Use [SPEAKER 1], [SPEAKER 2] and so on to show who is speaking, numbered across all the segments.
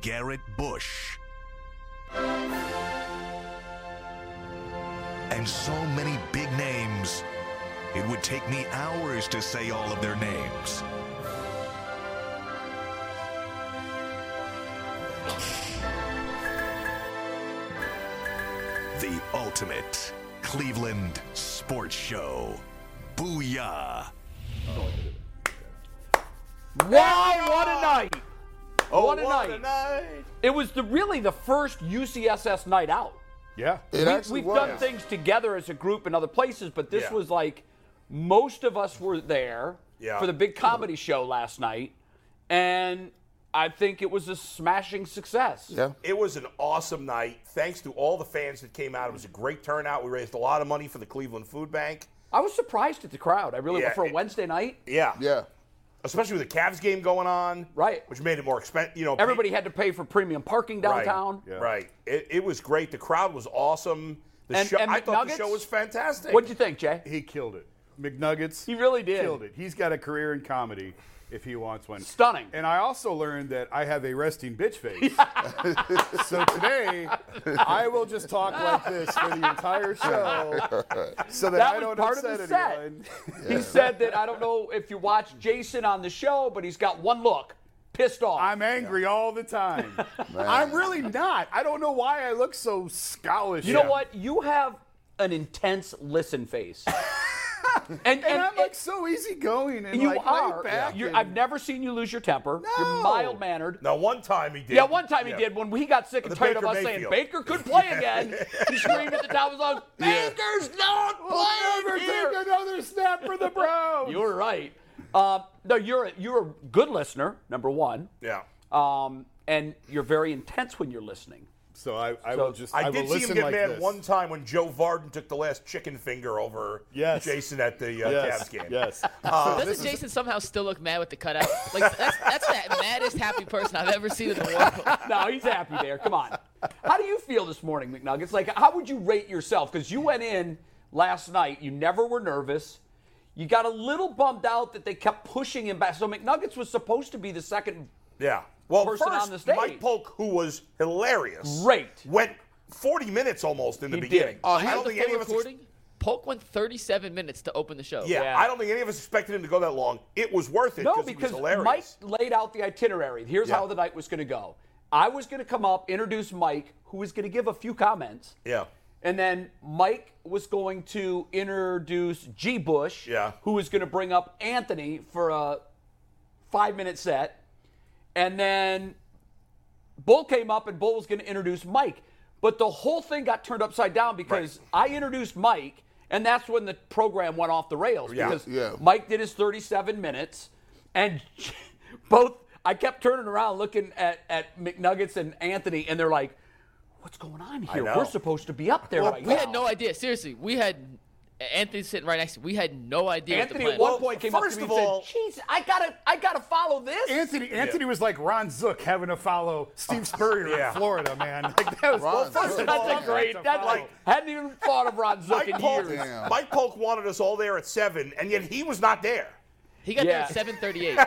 [SPEAKER 1] Garrett Bush, and so many big names, it would take me hours to say all of their names. The ultimate Cleveland sports show. Booyah!
[SPEAKER 2] Wow, what a night!
[SPEAKER 3] Oh,
[SPEAKER 2] What a night. It was the really the first UCSS night out.
[SPEAKER 3] Yeah.
[SPEAKER 4] It actually
[SPEAKER 2] We've
[SPEAKER 4] was.
[SPEAKER 2] done things together as a group in other places, but this
[SPEAKER 3] Yeah.
[SPEAKER 2] was like most of us were there
[SPEAKER 3] Yeah.
[SPEAKER 2] for the big comedy show last night, and I think it was a smashing success.
[SPEAKER 4] Yeah.
[SPEAKER 3] It was an awesome night. Thanks to all the fans that came out. It was a great turnout. We raised a lot of money for the Cleveland Food Bank.
[SPEAKER 2] I was surprised at the crowd. I really
[SPEAKER 3] Yeah,
[SPEAKER 2] for a
[SPEAKER 3] it-
[SPEAKER 2] Wednesday night.
[SPEAKER 3] Yeah.
[SPEAKER 4] Yeah.
[SPEAKER 3] Especially with the Cavs game going on.
[SPEAKER 2] Right.
[SPEAKER 3] Which made it more expensive. You know, pe-
[SPEAKER 2] Everybody had to pay for premium parking
[SPEAKER 3] Right,
[SPEAKER 2] downtown.
[SPEAKER 3] Right. It, it was great. The crowd was awesome. The
[SPEAKER 2] And-
[SPEAKER 3] show,
[SPEAKER 2] and
[SPEAKER 3] I thought
[SPEAKER 2] McNuggets?
[SPEAKER 3] the show was fantastic.
[SPEAKER 2] What'd you think, Jay?
[SPEAKER 5] He killed it. McNuggets.
[SPEAKER 2] He really did.
[SPEAKER 5] Killed it. He's got a career in comedy if he wants one.
[SPEAKER 2] Stunning.
[SPEAKER 5] And I also learned that I have a resting bitch face. so today, I will just talk like this for the entire show so that,
[SPEAKER 2] That
[SPEAKER 5] I
[SPEAKER 2] was
[SPEAKER 5] don't
[SPEAKER 2] part of
[SPEAKER 5] upset
[SPEAKER 2] the set.
[SPEAKER 5] anyone.
[SPEAKER 2] He said that I don't know if you watch Jason on the show, but he's got one look, pissed off.
[SPEAKER 5] I'm angry all the time. I'm really not. I don't know why I look so scowlish.
[SPEAKER 2] You know what? You have an intense listen face. and and,
[SPEAKER 5] And, I'm like
[SPEAKER 2] and
[SPEAKER 5] so easygoing and
[SPEAKER 2] you
[SPEAKER 5] like laid
[SPEAKER 2] are.
[SPEAKER 5] back.
[SPEAKER 2] You're-
[SPEAKER 5] and-
[SPEAKER 2] I've never seen you lose your temper. You're
[SPEAKER 5] No.
[SPEAKER 2] mild mannered.
[SPEAKER 3] Now, one time he did.
[SPEAKER 2] Yeah, one time he
[SPEAKER 3] Yeah.
[SPEAKER 2] did when he got sick and
[SPEAKER 3] The
[SPEAKER 2] tired of
[SPEAKER 3] Baker
[SPEAKER 2] us saying
[SPEAKER 3] Mayfield.
[SPEAKER 2] Baker could play again. he screamed at the top of his lungs, "Baker's not
[SPEAKER 5] I'll never
[SPEAKER 2] playing here."
[SPEAKER 5] take another snap for the Browns.
[SPEAKER 2] You're right. Um, no, you're a, you're a good listener, number one,
[SPEAKER 3] Yeah.
[SPEAKER 2] um, and you're very intense when you're listening.
[SPEAKER 5] So I, I
[SPEAKER 2] So
[SPEAKER 5] will just.
[SPEAKER 3] I,
[SPEAKER 5] I,
[SPEAKER 3] did
[SPEAKER 5] will
[SPEAKER 3] see him
[SPEAKER 5] listen
[SPEAKER 3] get
[SPEAKER 5] like
[SPEAKER 3] mad
[SPEAKER 5] this.
[SPEAKER 3] one time when Joe Varden took the last chicken finger over
[SPEAKER 5] Yes.
[SPEAKER 3] Jason at the uh,
[SPEAKER 5] Yes.
[SPEAKER 3] Cavs game.
[SPEAKER 5] Yes. Uh,
[SPEAKER 3] Oh,
[SPEAKER 6] Doesn't Jason somehow still look mad with the cutout? Like that's that's the maddest happy person I've ever seen in the world.
[SPEAKER 2] No, he's happy there. Come on. How do you feel this morning, McNuggets? Like, how would you rate yourself? Because you went in last night, you never were nervous. You got a little bummed out that they kept pushing him back. So McNuggets was supposed to be the second.
[SPEAKER 3] Yeah. Well,
[SPEAKER 2] person on
[SPEAKER 3] first,
[SPEAKER 2] the stage.
[SPEAKER 3] Mike Polk, who was hilarious,
[SPEAKER 2] Great.
[SPEAKER 3] went 40 minutes almost in the
[SPEAKER 2] He did.
[SPEAKER 3] beginning.
[SPEAKER 2] Oh,
[SPEAKER 3] I don't
[SPEAKER 6] the
[SPEAKER 3] think any
[SPEAKER 6] full
[SPEAKER 3] of us. ex-
[SPEAKER 6] recording. Polk went 37 minutes to open the show.
[SPEAKER 3] yeah,
[SPEAKER 2] Yeah.
[SPEAKER 3] I don't think any of us expected him to go that long. It was worth it
[SPEAKER 2] No,
[SPEAKER 3] he
[SPEAKER 2] because
[SPEAKER 3] was hilarious.
[SPEAKER 2] Mike laid out the itinerary. Here's
[SPEAKER 3] Yeah.
[SPEAKER 2] how the night was going to go. I was going to come up, introduce Mike, who was going to give a few comments.
[SPEAKER 3] Yeah.
[SPEAKER 2] And then Mike was going to introduce G. Bush,
[SPEAKER 3] Yeah.
[SPEAKER 2] who was going to bring up Anthony for a five minute set. And then Bull came up and Bull was going to introduce Mike. But the whole thing got turned upside down because I introduced Mike, and that's when the program went off the rails
[SPEAKER 3] Yeah.
[SPEAKER 2] because
[SPEAKER 4] Yeah.
[SPEAKER 2] Mike did his 37 minutes, and both I kept turning around looking at, at McNuggets and Anthony, and they're like, What's going on here?
[SPEAKER 3] know.
[SPEAKER 2] We're supposed to be up there right
[SPEAKER 6] We
[SPEAKER 2] now.
[SPEAKER 6] had no idea. Seriously, we had Anthony sitting right next to. We had no idea.
[SPEAKER 2] Anthony
[SPEAKER 6] what
[SPEAKER 2] at
[SPEAKER 6] the plan
[SPEAKER 2] one
[SPEAKER 6] was.
[SPEAKER 2] point came
[SPEAKER 3] first
[SPEAKER 2] up to me
[SPEAKER 3] of
[SPEAKER 2] and
[SPEAKER 3] all-
[SPEAKER 2] said, "Jeez, I gotta, I gotta follow this."
[SPEAKER 5] Anthony Anthony was like Ron Zook having to follow
[SPEAKER 2] Oh,
[SPEAKER 5] Steve Spurrier
[SPEAKER 3] Yeah.
[SPEAKER 5] in Florida, man. Like that was
[SPEAKER 4] Ron
[SPEAKER 5] first of
[SPEAKER 4] Zook.
[SPEAKER 5] all,
[SPEAKER 2] that's a great.
[SPEAKER 5] to
[SPEAKER 2] That's
[SPEAKER 5] follow.
[SPEAKER 2] like hadn't even thought of Rod Zook
[SPEAKER 3] Mike
[SPEAKER 2] in
[SPEAKER 3] Polk,
[SPEAKER 2] years.
[SPEAKER 4] Damn.
[SPEAKER 3] Mike Polk wanted us all there at 7, and yet he was not there.
[SPEAKER 6] He got
[SPEAKER 2] Yeah.
[SPEAKER 6] there at 7:38.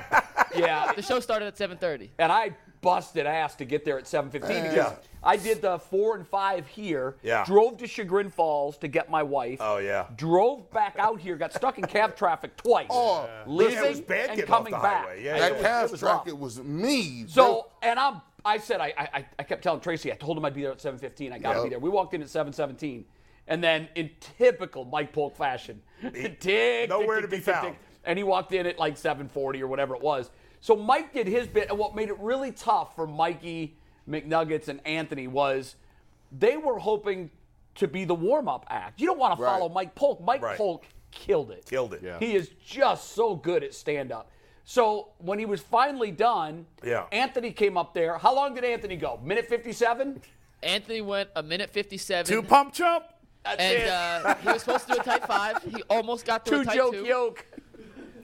[SPEAKER 2] Yeah,
[SPEAKER 6] the show started at 7:30.
[SPEAKER 2] and I busted ass to get there at 7:15 because
[SPEAKER 3] Yeah.
[SPEAKER 2] I did the four and five here.
[SPEAKER 3] Yeah.
[SPEAKER 2] Drove to Chagrin Falls to get my wife.
[SPEAKER 3] Oh, yeah.
[SPEAKER 2] Drove back out here, got stuck in cab traffic twice.
[SPEAKER 4] Oh.
[SPEAKER 2] leaving
[SPEAKER 3] Yeah, it was bad
[SPEAKER 2] and
[SPEAKER 3] getting
[SPEAKER 2] coming
[SPEAKER 3] off the
[SPEAKER 2] back.
[SPEAKER 3] highway. Yeah,
[SPEAKER 4] That
[SPEAKER 3] it was-
[SPEAKER 4] calf
[SPEAKER 2] was
[SPEAKER 4] track,
[SPEAKER 2] rough.
[SPEAKER 4] it was me.
[SPEAKER 2] So and I'm I said I I, I kept telling Tracy I told him I'd be there at 7:15. I gotta
[SPEAKER 4] Yeah.
[SPEAKER 2] be there. We walked in at 7:17, and then in typical Mike Polk fashion, tick, tick,
[SPEAKER 3] nowhere
[SPEAKER 2] tick,
[SPEAKER 3] to be
[SPEAKER 2] tick, tick,
[SPEAKER 3] found.
[SPEAKER 2] tick. and he walked in at like 7:40 or whatever it was. So Mike did his bit, and what made it really tough for Mikey McNuggets and Anthony was they were hoping to be the warm-up act. You don't want to
[SPEAKER 4] Right.
[SPEAKER 2] follow Mike Polk. Mike
[SPEAKER 3] Right.
[SPEAKER 2] Polk killed it.
[SPEAKER 3] Killed it.
[SPEAKER 2] He is just so good at stand up. So when he was finally done,
[SPEAKER 3] Yeah.
[SPEAKER 2] Anthony came up there. How long did Anthony go? Minute 57?
[SPEAKER 6] Anthony went a minute 57.
[SPEAKER 3] Two pump chump.
[SPEAKER 6] and uh, he was supposed to do a type five. He almost got through
[SPEAKER 2] Two
[SPEAKER 6] a type
[SPEAKER 2] joke
[SPEAKER 6] two.
[SPEAKER 2] yoke.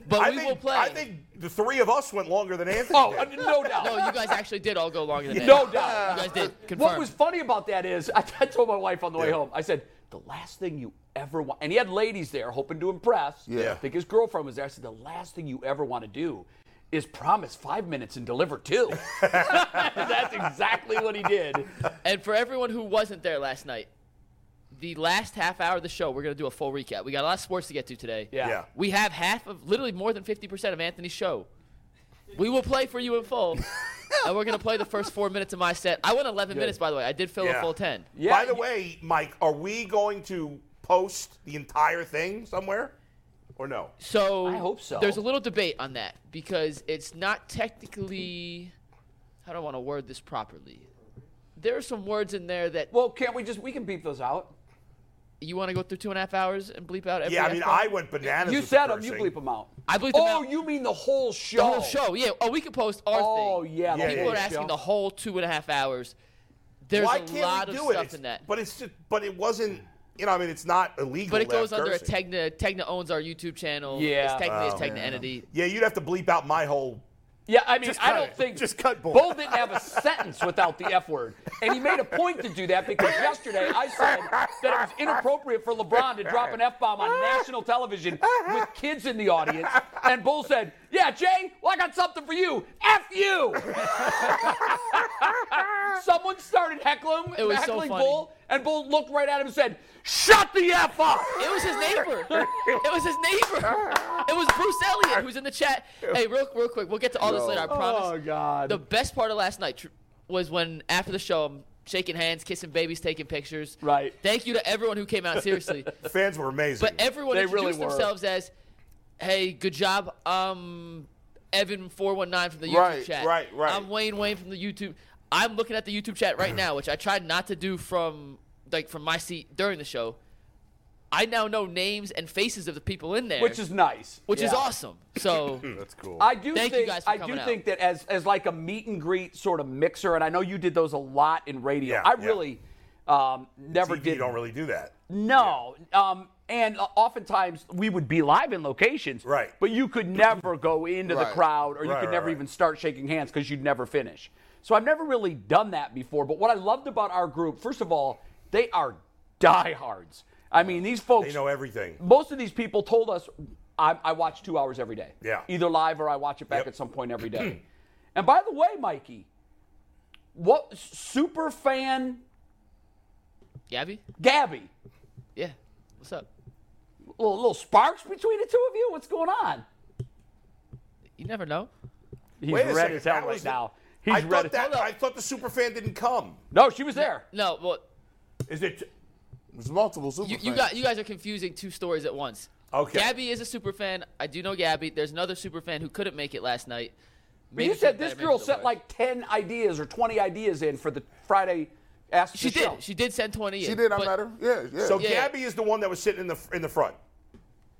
[SPEAKER 6] But
[SPEAKER 3] I
[SPEAKER 6] we
[SPEAKER 3] think,
[SPEAKER 6] will play.
[SPEAKER 3] I think the three of us went longer than Anthony.
[SPEAKER 2] Oh, uh,
[SPEAKER 3] did.
[SPEAKER 2] no doubt.
[SPEAKER 6] No, you guys actually did all go longer than that.
[SPEAKER 2] No doubt.
[SPEAKER 6] You guys did. Confirmed.
[SPEAKER 2] What was funny about that is, I, I told my wife on the way
[SPEAKER 3] Yeah.
[SPEAKER 2] home, I said, the last thing you ever want, and he had ladies there hoping to impress.
[SPEAKER 3] Yeah.
[SPEAKER 2] I think his girlfriend was there. I said, the last thing you ever want to do is promise five minutes and deliver two. That's exactly what he did.
[SPEAKER 6] And for everyone who wasn't there last night, the last half hour of the show, we're going to do a full recap. We got a lot of sports to get to today.
[SPEAKER 2] Yeah.
[SPEAKER 3] Yeah.
[SPEAKER 6] We have half of, literally more than 50% of Anthony's show. We will play for you in full. and we're going to play the first four minutes of my set. I went 11 minutes, by the way. I did fill
[SPEAKER 3] Yeah.
[SPEAKER 6] a full 10.
[SPEAKER 2] Yeah,
[SPEAKER 3] By the
[SPEAKER 2] you-
[SPEAKER 3] way, Mike, are we going to post the entire thing somewhere, or no?
[SPEAKER 6] So
[SPEAKER 2] I hope so.
[SPEAKER 6] There's a little debate on that because it's not technically. I don't want to word this properly. There are some words in there that
[SPEAKER 2] Well, can't we just, we can beep those out.
[SPEAKER 6] you want to go through two and a half hours and bleep out every.
[SPEAKER 3] Yeah, I mean,
[SPEAKER 6] F-bomb?
[SPEAKER 3] I went bananas.
[SPEAKER 2] You
[SPEAKER 3] with the
[SPEAKER 2] said them, you
[SPEAKER 3] cursing.
[SPEAKER 2] bleep them out.
[SPEAKER 6] I bleeped 'em
[SPEAKER 2] oh,
[SPEAKER 6] out.
[SPEAKER 2] you mean the whole show.
[SPEAKER 6] The whole show, yeah. Oh, we could post our
[SPEAKER 2] Oh,
[SPEAKER 6] thing.
[SPEAKER 2] yeah. the
[SPEAKER 3] Yeah,
[SPEAKER 6] People
[SPEAKER 2] whole
[SPEAKER 6] are
[SPEAKER 3] yeah.
[SPEAKER 6] asking
[SPEAKER 2] show.
[SPEAKER 6] the whole two and a half hours. There's
[SPEAKER 3] Why
[SPEAKER 6] a
[SPEAKER 3] can't
[SPEAKER 6] lot
[SPEAKER 3] we
[SPEAKER 6] of
[SPEAKER 3] do it?
[SPEAKER 6] stuff
[SPEAKER 3] It's-
[SPEAKER 6] in that. But,
[SPEAKER 3] But it's just, but it wasn't. You know, I mean, it's not illegal.
[SPEAKER 6] it
[SPEAKER 3] to have
[SPEAKER 6] goes under a
[SPEAKER 3] cursing. Oh,
[SPEAKER 6] Tegna. Tegna owns our YouTube channel.
[SPEAKER 2] Yeah.
[SPEAKER 6] It's technically a Tegna entity.
[SPEAKER 3] Yeah, you'd have to bleep out my whole.
[SPEAKER 2] Yeah, I mean,
[SPEAKER 5] Just
[SPEAKER 2] I
[SPEAKER 5] cut
[SPEAKER 2] don't
[SPEAKER 5] it.
[SPEAKER 2] think
[SPEAKER 5] Just cut bull.
[SPEAKER 2] Bo didn't have a sentence without the F word, and he made a point to do that because yesterday I said that it was inappropriate for LeBron to drop an F bomb on national television with kids in the audience, and Bull said, "Yeah, Jay, well I got something for you. F you." Someone started heckling,
[SPEAKER 6] It was so
[SPEAKER 2] heckling
[SPEAKER 6] funny.
[SPEAKER 2] Bull, and Bull looked right at him and said, "Shut the F up."
[SPEAKER 6] It was his neighbor. it was his neighbor. It was Bruce Elliott who's in the chat. Hey, real, real quick, we'll get to all this
[SPEAKER 3] Oh,
[SPEAKER 6] later. I promise.
[SPEAKER 5] Oh,
[SPEAKER 2] God.
[SPEAKER 6] The best part of last night tr- was when after the show, I'm shaking hands, kissing babies, taking pictures.
[SPEAKER 2] Right.
[SPEAKER 6] Thank you to everyone who came out. Seriously,
[SPEAKER 3] The fans were amazing.
[SPEAKER 6] but everyone
[SPEAKER 2] They really
[SPEAKER 6] introduced
[SPEAKER 2] were.
[SPEAKER 6] themselves as, "Hey, good job, um, Evan four one nine from the YouTube
[SPEAKER 4] Right,
[SPEAKER 6] chat.
[SPEAKER 4] right, right.
[SPEAKER 6] I'm Wayne Wayne from the YouTube. I'm looking at the YouTube chat right now, which I tried not to do from like from my seat during the show. I now know names and faces of the people in there,
[SPEAKER 2] which is nice.
[SPEAKER 6] which is
[SPEAKER 2] Yeah.
[SPEAKER 6] awesome. So
[SPEAKER 5] That's cool.
[SPEAKER 2] I do
[SPEAKER 6] Thank you
[SPEAKER 2] think
[SPEAKER 6] guys for
[SPEAKER 2] I do
[SPEAKER 6] coming out.
[SPEAKER 2] think that as as like a meet and greet sort of mixer, and I know you did those a lot in radio.
[SPEAKER 3] Yeah,
[SPEAKER 2] I
[SPEAKER 3] yeah.
[SPEAKER 2] really um, never
[SPEAKER 3] TV,
[SPEAKER 2] did.
[SPEAKER 3] you don't really do that.
[SPEAKER 2] no, um, and uh, oftentimes we would be live in locations,
[SPEAKER 3] Right.
[SPEAKER 2] But you could never go into the
[SPEAKER 4] Right.
[SPEAKER 2] crowd, or you
[SPEAKER 3] Right,
[SPEAKER 2] could
[SPEAKER 3] right,
[SPEAKER 2] never
[SPEAKER 3] right.
[SPEAKER 2] even start shaking hands because you'd never finish. So I've never really done that before. But what I loved about our group, first of all, they are diehards. I mean, these folks
[SPEAKER 3] They know everything.
[SPEAKER 2] most of these people told us I, I watch two hours every day.
[SPEAKER 3] Yeah.
[SPEAKER 2] Either live or I watch it back
[SPEAKER 3] Yep.
[SPEAKER 2] at some point every day. and by the way, Mikey, what super fan
[SPEAKER 6] Gabby,
[SPEAKER 2] Gabby?
[SPEAKER 6] yeah, what's up?
[SPEAKER 2] Little, little sparks between the two of you? What's going on?
[SPEAKER 6] You never know.
[SPEAKER 2] He's
[SPEAKER 3] Wait a
[SPEAKER 2] red
[SPEAKER 3] second,
[SPEAKER 2] as hell
[SPEAKER 3] that
[SPEAKER 2] right
[SPEAKER 3] was the-
[SPEAKER 2] now. He's
[SPEAKER 3] I
[SPEAKER 2] red
[SPEAKER 3] thought
[SPEAKER 2] as
[SPEAKER 3] that. I thought the super fan didn't come.
[SPEAKER 2] No, she was there.
[SPEAKER 6] No, well,
[SPEAKER 3] Is it?
[SPEAKER 4] There's multiple super
[SPEAKER 6] you, you
[SPEAKER 4] fans.
[SPEAKER 6] got you guys are confusing two stories at once.
[SPEAKER 3] Okay.
[SPEAKER 6] Gabby is a super fan. I do know Gabby. There's another super fan who couldn't make it last night.
[SPEAKER 2] But you
[SPEAKER 6] Maybe
[SPEAKER 2] said
[SPEAKER 6] she-
[SPEAKER 2] this
[SPEAKER 6] I mentioned
[SPEAKER 2] girl
[SPEAKER 6] the
[SPEAKER 2] sent
[SPEAKER 6] words.
[SPEAKER 2] like 10 ideas or 20 ideas in for the Friday Ask
[SPEAKER 6] she
[SPEAKER 2] the
[SPEAKER 6] did.
[SPEAKER 2] Show.
[SPEAKER 6] She did send 20.
[SPEAKER 4] She
[SPEAKER 6] in,
[SPEAKER 4] did. I
[SPEAKER 6] but-
[SPEAKER 4] met her. Yeah, yeah.
[SPEAKER 3] So
[SPEAKER 4] yeah.
[SPEAKER 3] Gabby is the one that was sitting in the in the front.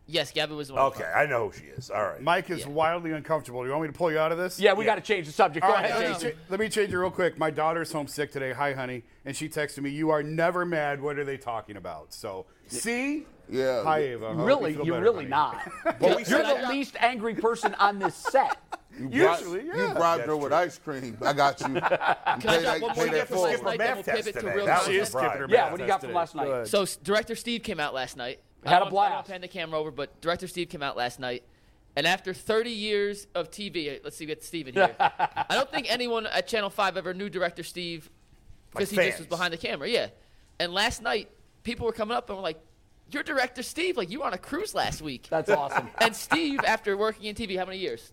[SPEAKER 6] Yes, Gabby was the one.
[SPEAKER 3] Okay, I know who she is. All right.
[SPEAKER 5] Mike is wildly uncomfortable. You want me to pull you out of this?
[SPEAKER 2] yeah, we got to change the subject. Go
[SPEAKER 3] Oh,
[SPEAKER 5] All right,
[SPEAKER 2] ahead,
[SPEAKER 5] let, me
[SPEAKER 2] Jason.
[SPEAKER 5] cha- let me change it real quick. My daughter's homesick today. Hi, honey. And she texted me, You are never mad. What are they talking about? So, see?
[SPEAKER 4] Yeah.
[SPEAKER 5] Hi, Ava. I hope
[SPEAKER 3] Oh,
[SPEAKER 2] Really,
[SPEAKER 5] feel
[SPEAKER 2] you're
[SPEAKER 5] better,
[SPEAKER 2] really
[SPEAKER 5] honey.
[SPEAKER 2] not.
[SPEAKER 3] Well, we
[SPEAKER 2] You're
[SPEAKER 3] said-
[SPEAKER 2] the least angry person on this set.
[SPEAKER 4] You
[SPEAKER 5] Usually,
[SPEAKER 4] bribed,
[SPEAKER 5] yeah.
[SPEAKER 4] You bribed her
[SPEAKER 3] That's
[SPEAKER 4] with
[SPEAKER 3] true.
[SPEAKER 4] ice cream. I got you.
[SPEAKER 6] Can I drop one more
[SPEAKER 4] pay
[SPEAKER 6] thing
[SPEAKER 4] that
[SPEAKER 6] from last night? Then
[SPEAKER 4] forward.
[SPEAKER 6] we'll
[SPEAKER 3] Math test
[SPEAKER 6] pivot to
[SPEAKER 3] today.
[SPEAKER 6] real
[SPEAKER 3] That was
[SPEAKER 5] She
[SPEAKER 6] content.
[SPEAKER 5] is skipping her
[SPEAKER 2] Yeah,
[SPEAKER 5] math
[SPEAKER 2] what do you
[SPEAKER 5] test
[SPEAKER 2] got from
[SPEAKER 5] today.
[SPEAKER 2] last night?
[SPEAKER 5] Good.
[SPEAKER 6] So s- director Steve came out last night. I
[SPEAKER 2] Had a
[SPEAKER 6] don't- I
[SPEAKER 2] blast.
[SPEAKER 6] don't pan the camera over, but director Steve came out last night, and after 30 years of TV, let's see, get Steve in here. I don't think anyone at Channel Five ever knew director Steve because he just was
[SPEAKER 3] fans.
[SPEAKER 6] behind the camera. Yeah, and last night people were coming up and were like, "You're director Steve. Like you were on a cruise last week."
[SPEAKER 2] That's awesome.
[SPEAKER 6] and Steve, after working in TV, how many years?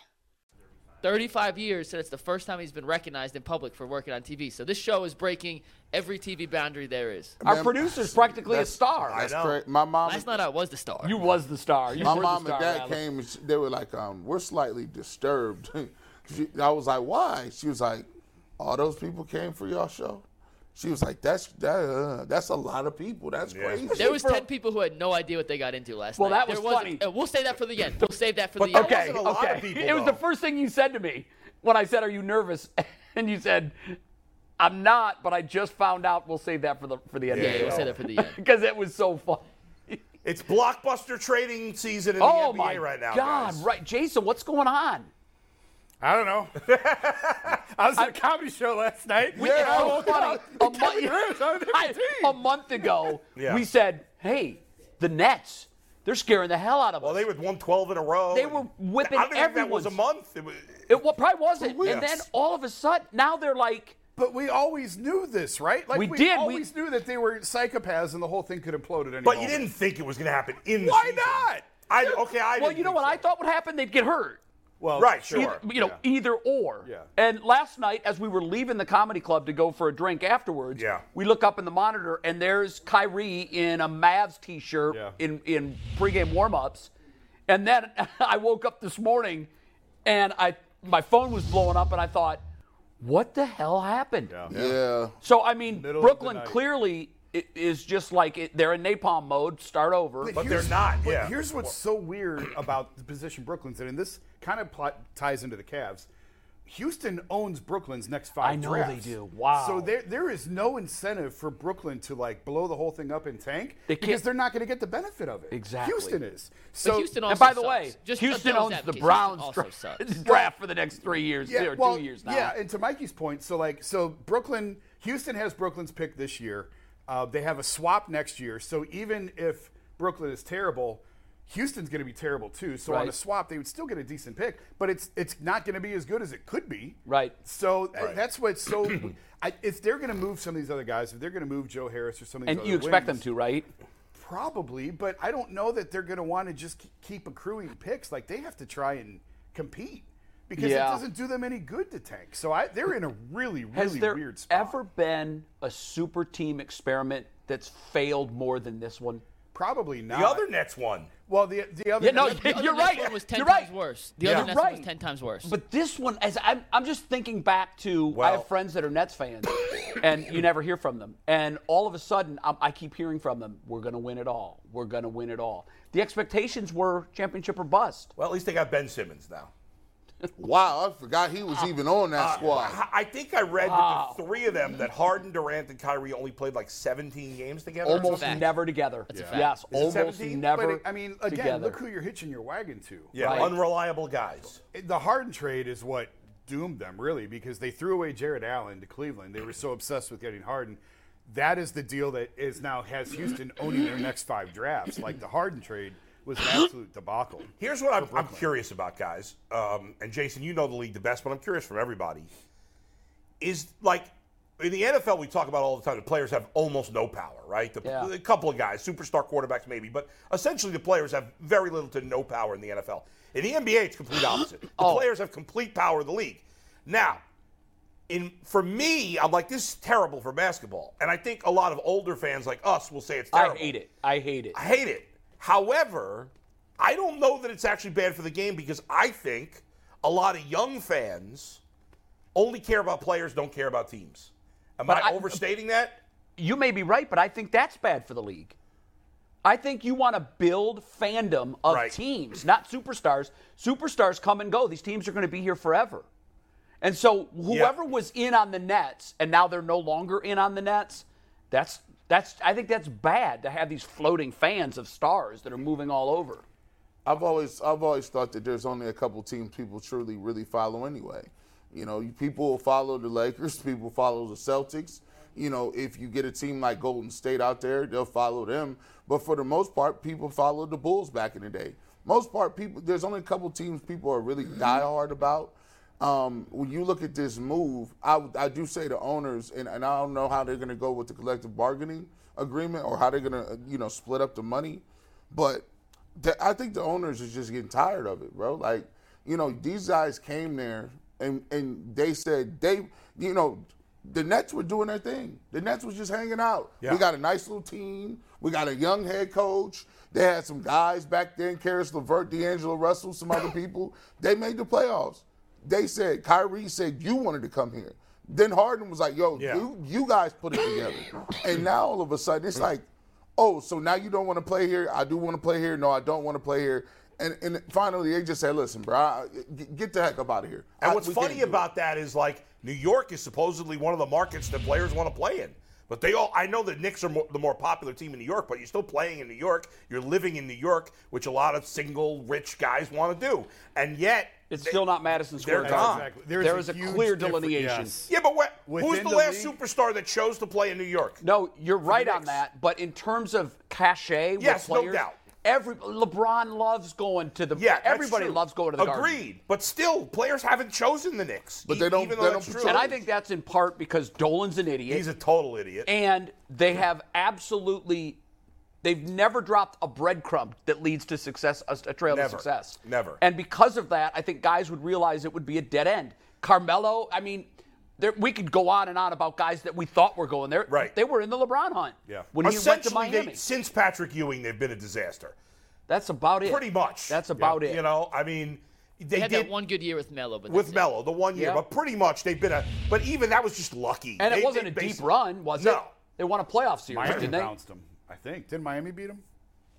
[SPEAKER 6] 35 years, so that's the first time he's been recognized in public for working on TV. So this show is breaking every TV boundary there is.
[SPEAKER 2] Our producer's practically a
[SPEAKER 4] That's-
[SPEAKER 2] star.
[SPEAKER 4] That's cra- My mom,
[SPEAKER 6] Last night I was the star.
[SPEAKER 2] You was the star. You
[SPEAKER 4] my
[SPEAKER 2] were
[SPEAKER 4] mom
[SPEAKER 2] the
[SPEAKER 4] and
[SPEAKER 2] star,
[SPEAKER 4] dad
[SPEAKER 2] Alex.
[SPEAKER 4] came. And sh- they were like, um, "We're slightly disturbed." she, I was like, "Why?" She was like, "All those people came for y'all show." She was like, "That's that, uh, That's a lot of people. That's crazy."
[SPEAKER 6] there was
[SPEAKER 2] for-
[SPEAKER 6] 10 people who had no idea what they got into last
[SPEAKER 2] Well,
[SPEAKER 6] night.
[SPEAKER 2] that was
[SPEAKER 6] There wasn't-
[SPEAKER 2] funny.
[SPEAKER 6] and we'll save that for the end. We'll save that for the end.
[SPEAKER 2] Okay,
[SPEAKER 3] wasn't a lot
[SPEAKER 2] okay.
[SPEAKER 3] of people,
[SPEAKER 2] it was
[SPEAKER 3] though.
[SPEAKER 2] the first thing you said to me when I said, "Are you nervous?" And you said, "I'm not, but I just found out." We'll save that for the for the end.
[SPEAKER 6] Yeah, we'll save that for the end.
[SPEAKER 2] because it was so fun.
[SPEAKER 3] It's blockbuster trading season in
[SPEAKER 2] Oh
[SPEAKER 3] the NBA
[SPEAKER 2] my
[SPEAKER 3] right now.
[SPEAKER 2] God!
[SPEAKER 3] guys.
[SPEAKER 2] Right, Jason, what's going on?
[SPEAKER 5] I don't know. I was at a comedy show last night.
[SPEAKER 2] It's
[SPEAKER 5] and I
[SPEAKER 2] so
[SPEAKER 5] woke
[SPEAKER 2] funny.
[SPEAKER 5] up,
[SPEAKER 2] A
[SPEAKER 5] and Kevin
[SPEAKER 2] month-
[SPEAKER 5] Durant's on a different
[SPEAKER 2] I-
[SPEAKER 5] team.
[SPEAKER 2] a month ago,
[SPEAKER 3] Yeah.
[SPEAKER 2] we said, "Hey, the Nets, they're scaring the hell out of us."
[SPEAKER 3] Well, they would won 12 in a row.
[SPEAKER 2] They
[SPEAKER 3] and-
[SPEAKER 2] were whipping
[SPEAKER 3] I don't even think that was a
[SPEAKER 2] everyone's-
[SPEAKER 3] month. It was,
[SPEAKER 2] it wa- probably wasn't.
[SPEAKER 3] Yes.
[SPEAKER 2] And then all of a sudden, now they're like,
[SPEAKER 5] But we always knew this, right? Like
[SPEAKER 2] We
[SPEAKER 5] we,
[SPEAKER 2] did, we-
[SPEAKER 5] always knew that they were psychopaths and the whole thing could implode at any
[SPEAKER 3] but you
[SPEAKER 5] moment.
[SPEAKER 3] didn't think it was going to happen in the
[SPEAKER 5] Why
[SPEAKER 3] season.
[SPEAKER 5] not?
[SPEAKER 3] I, okay, I
[SPEAKER 2] "Well,
[SPEAKER 3] didn't
[SPEAKER 2] you know
[SPEAKER 3] think
[SPEAKER 2] what
[SPEAKER 3] so.
[SPEAKER 2] I thought would happen? They'd get hurt."
[SPEAKER 5] Well,
[SPEAKER 3] Right,
[SPEAKER 5] sure.
[SPEAKER 3] sure.
[SPEAKER 2] you know,
[SPEAKER 5] Yeah.
[SPEAKER 2] either or.
[SPEAKER 5] Yeah.
[SPEAKER 2] And last night, as we were leaving the comedy club to go for a drink afterwards,
[SPEAKER 3] Yeah.
[SPEAKER 2] we look up in the monitor and there's Kyrie in a Mavs t-shirt
[SPEAKER 5] Yeah.
[SPEAKER 2] in in pregame warm-ups. And then I woke up this morning and I my phone was blowing up and I thought, what the hell happened?
[SPEAKER 4] yeah.
[SPEAKER 2] So I mean,
[SPEAKER 5] Middle of the
[SPEAKER 2] Brooklyn
[SPEAKER 5] night.
[SPEAKER 2] clearly i- is just like it, they're in napalm mode, start over.
[SPEAKER 3] But
[SPEAKER 5] Here's-
[SPEAKER 3] they're not,
[SPEAKER 5] but
[SPEAKER 3] yeah.
[SPEAKER 5] Here's what's so weird about the position Brooklyn's in, and this kind of pl- ties into the Cavs. Houston owns Brooklyn's next five.
[SPEAKER 2] I know they
[SPEAKER 5] drafts.
[SPEAKER 2] do. Wow.
[SPEAKER 5] So there, there is no incentive for Brooklyn to like blow the whole thing up and tank
[SPEAKER 2] They can't-
[SPEAKER 5] because they're not going to get the benefit of it.
[SPEAKER 2] Exactly.
[SPEAKER 5] Houston is.
[SPEAKER 6] But
[SPEAKER 5] So
[SPEAKER 6] Houston also
[SPEAKER 2] and by the
[SPEAKER 6] sucks.
[SPEAKER 2] way,
[SPEAKER 6] Just
[SPEAKER 2] Houston
[SPEAKER 6] devil's
[SPEAKER 2] owns the
[SPEAKER 6] advocate, Houston
[SPEAKER 2] Browns
[SPEAKER 6] also
[SPEAKER 2] dra-
[SPEAKER 6] sucks.
[SPEAKER 2] draft for the next three years, or
[SPEAKER 5] well,
[SPEAKER 2] two years now.
[SPEAKER 5] Yeah, and to Mikey's point, so like, so Brooklyn, Houston has Brooklyn's pick this year. Uh, they have a swap next year. So even if Brooklyn is terrible, Houston's going to be terrible too. So on
[SPEAKER 2] Right.
[SPEAKER 5] a swap, they would still get a decent pick, but it's it's not going to be as good as it could be.
[SPEAKER 2] Right.
[SPEAKER 5] So th- that's what's so. I, if they're going to move some of these other guys, if they're going to move Joe Harris or some of these
[SPEAKER 2] and
[SPEAKER 5] other
[SPEAKER 2] you expect
[SPEAKER 5] wings,
[SPEAKER 2] them to, right?
[SPEAKER 5] Probably, but I don't know that they're going to want to just k- keep accruing picks. Like they have to try and compete because
[SPEAKER 2] Yeah.
[SPEAKER 5] it doesn't do them any good to tank. So I, they're in a really, really
[SPEAKER 2] Has there e-,
[SPEAKER 5] weird spot.
[SPEAKER 2] ever been a super team experiment that's failed more than this one?
[SPEAKER 5] Probably not.
[SPEAKER 3] The other Nets won.
[SPEAKER 5] well, the the other.
[SPEAKER 2] Yeah, no,
[SPEAKER 6] The other
[SPEAKER 2] Oh, You're
[SPEAKER 6] next
[SPEAKER 2] right.
[SPEAKER 6] one was 10
[SPEAKER 2] You're
[SPEAKER 6] times
[SPEAKER 2] right.
[SPEAKER 6] worse. The
[SPEAKER 2] Yeah.
[SPEAKER 6] other
[SPEAKER 2] You're
[SPEAKER 6] next one was
[SPEAKER 2] right.
[SPEAKER 6] 10 times worse.
[SPEAKER 2] But this one, as I'm, I'm just thinking back to, I
[SPEAKER 3] Well-
[SPEAKER 2] have friends that are Nets fans, and you never hear from them. And all of a sudden, i I keep hearing from them, "We're going to win it all. We're going to win it all." The expectations were championship or bust.
[SPEAKER 3] Well, at least they got Ben Simmons now.
[SPEAKER 4] Wow, I forgot he was even on
[SPEAKER 3] uh,
[SPEAKER 4] that squad.
[SPEAKER 3] I I think I read
[SPEAKER 2] Ah.
[SPEAKER 3] that the three of them, that Harden, Durant, and Kyrie only played like 17 games together. or
[SPEAKER 2] Almost
[SPEAKER 6] fact.
[SPEAKER 2] never together.
[SPEAKER 6] fact.
[SPEAKER 2] Yes,
[SPEAKER 3] it
[SPEAKER 2] almost
[SPEAKER 3] 17?
[SPEAKER 5] But
[SPEAKER 2] never.
[SPEAKER 5] it- I mean, again,
[SPEAKER 2] together.
[SPEAKER 5] look who you're hitching your wagon to.
[SPEAKER 3] Yeah,
[SPEAKER 2] Right.
[SPEAKER 3] unreliable guys.
[SPEAKER 5] The Harden trade is what doomed them, really, because they threw away Jared Allen to Cleveland. They were so obsessed with getting Harden. That is the deal that is now has Houston owning their next five drafts. Like the Harden trade was an absolute debacle.
[SPEAKER 3] Here's what I'm, I'm curious about, guys. Um, and Jason, you know the league the best, but I'm curious from everybody. Is like in the NFL, we talk about all the time the players have almost no power, right? The,
[SPEAKER 2] Yeah.
[SPEAKER 3] A couple of guys, superstar quarterbacks maybe, but essentially the players have very little to no power in the NFL. In the NBA, it's complete opposite. The
[SPEAKER 2] Oh.
[SPEAKER 3] players have complete power of the league. Now, in for me, I'm like this is terrible for basketball, and I think a lot of older fans like us will say it's
[SPEAKER 2] I
[SPEAKER 3] terrible.
[SPEAKER 2] hate it. I hate it.
[SPEAKER 3] I hate it. However, I don't know that it's actually bad for the game because I think a lot of young fans only care about players, don't care about teams. Am
[SPEAKER 2] But
[SPEAKER 3] I,
[SPEAKER 2] I-
[SPEAKER 3] overstating that?
[SPEAKER 2] you may be right, but I think that's bad for the league. I think you want to build fandom of
[SPEAKER 3] Right.
[SPEAKER 2] teams, not superstars. Superstars come and go. These teams are going to be here forever. And so whoever was in on the Nets and now they're no longer in on the Nets, that's that's I think that's bad to have these floating fans of stars that are moving all over.
[SPEAKER 4] I've always I've always thought that there's only a couple teams people truly really follow anyway. You know, you- people will follow the Lakers, people follow the Celtics. You know, if you get a team like Golden State out there, they'll follow them. But for the most part, people followed the Bulls back in the day. most part, people there's only a couple teams people are really diehard about. Um, when you look at this move, I, would- I do say the owners, and, and I don't know how they're going to go with the collective bargaining agreement or how they're going to you know split up the money, but the, I think the owners is just getting tired of it, bro. Like you know these guys came there and and they said they you know the Nets were doing their thing. The Nets was just hanging out.
[SPEAKER 5] Yeah.
[SPEAKER 4] We got a nice little team. We got a young head coach. They had some guys back then, Karis LeVert, D'Angelo Russell, some other people. They made the playoffs. They said, Kyrie said, you wanted to come here. Then Harden was like, yo,
[SPEAKER 3] Yeah.
[SPEAKER 4] you, you guys put it together. and now all of a sudden it's like, oh, so now you don't want to play here. I do want to play here. No, I don't want to play here. And, and finally, they just said, listen, bro, I, get- get the heck up out of here.
[SPEAKER 3] And
[SPEAKER 4] I-
[SPEAKER 3] what's
[SPEAKER 4] we can't
[SPEAKER 3] funny
[SPEAKER 4] do it."
[SPEAKER 3] about that is like New York is supposedly one of the markets that players want to play in. But they all, I know the Knicks are more, the more popular team in New York, but you're still playing in New York. You're living in New York, which a lot of single rich guys want to do. And yet,
[SPEAKER 2] It's
[SPEAKER 3] they-
[SPEAKER 2] still not Madison Square
[SPEAKER 3] they're
[SPEAKER 2] Garden.
[SPEAKER 3] gone.
[SPEAKER 5] Exactly. There's
[SPEAKER 2] there
[SPEAKER 5] a
[SPEAKER 2] is a
[SPEAKER 5] huge
[SPEAKER 2] clear
[SPEAKER 5] difference-
[SPEAKER 2] delineation.
[SPEAKER 5] yes.
[SPEAKER 3] Yeah, but what, who's
[SPEAKER 5] Within
[SPEAKER 3] the,
[SPEAKER 5] the
[SPEAKER 3] last
[SPEAKER 5] league?
[SPEAKER 3] superstar that chose to play in New York?
[SPEAKER 2] No, you're right on
[SPEAKER 3] Knicks.
[SPEAKER 2] that. But in terms of cachet, with
[SPEAKER 3] Yes, no
[SPEAKER 2] players,
[SPEAKER 3] doubt.
[SPEAKER 2] Every LeBron loves going to the.
[SPEAKER 3] Yeah, that's
[SPEAKER 2] everybody
[SPEAKER 3] true.
[SPEAKER 2] loves going to the
[SPEAKER 3] Agreed.
[SPEAKER 2] Garden.
[SPEAKER 3] But still, players haven't chosen the Knicks.
[SPEAKER 4] But
[SPEAKER 3] e-
[SPEAKER 4] they don't-
[SPEAKER 3] Even
[SPEAKER 4] they
[SPEAKER 3] though
[SPEAKER 4] don't
[SPEAKER 3] that's
[SPEAKER 4] put
[SPEAKER 3] true.
[SPEAKER 2] And I think that's in part because Dolan's an idiot.
[SPEAKER 3] he's a total idiot.
[SPEAKER 2] and they have absolutely they've never dropped a breadcrumb that leads to success a, a trail
[SPEAKER 3] Never.
[SPEAKER 2] to success
[SPEAKER 3] Never.
[SPEAKER 2] and because of that i think guys would realize it would be a dead end carmelo i mean there, we could go on and on about guys that we thought were going there
[SPEAKER 3] Right.
[SPEAKER 2] they were in the lebron hunt
[SPEAKER 5] Yeah.
[SPEAKER 2] when he went to
[SPEAKER 3] Essentially, they-
[SPEAKER 2] miami
[SPEAKER 3] since Patrick Ewing, they've been a disaster.
[SPEAKER 2] that's about it
[SPEAKER 3] Pretty much.
[SPEAKER 2] that's about it
[SPEAKER 3] You know, I mean, they
[SPEAKER 6] They had
[SPEAKER 3] did
[SPEAKER 6] that one good year with Melo, but
[SPEAKER 3] with
[SPEAKER 6] that's it.
[SPEAKER 3] Mello, the one year,
[SPEAKER 2] Yeah.
[SPEAKER 3] but pretty much they've been a. But even that was just lucky.
[SPEAKER 2] and it
[SPEAKER 3] They-
[SPEAKER 2] wasn't
[SPEAKER 3] they
[SPEAKER 2] a deep
[SPEAKER 3] basically-
[SPEAKER 2] run was
[SPEAKER 3] no.
[SPEAKER 2] it they won a playoff series
[SPEAKER 5] Miami
[SPEAKER 2] didn't they
[SPEAKER 5] bounced them, I think. Did Miami beat them?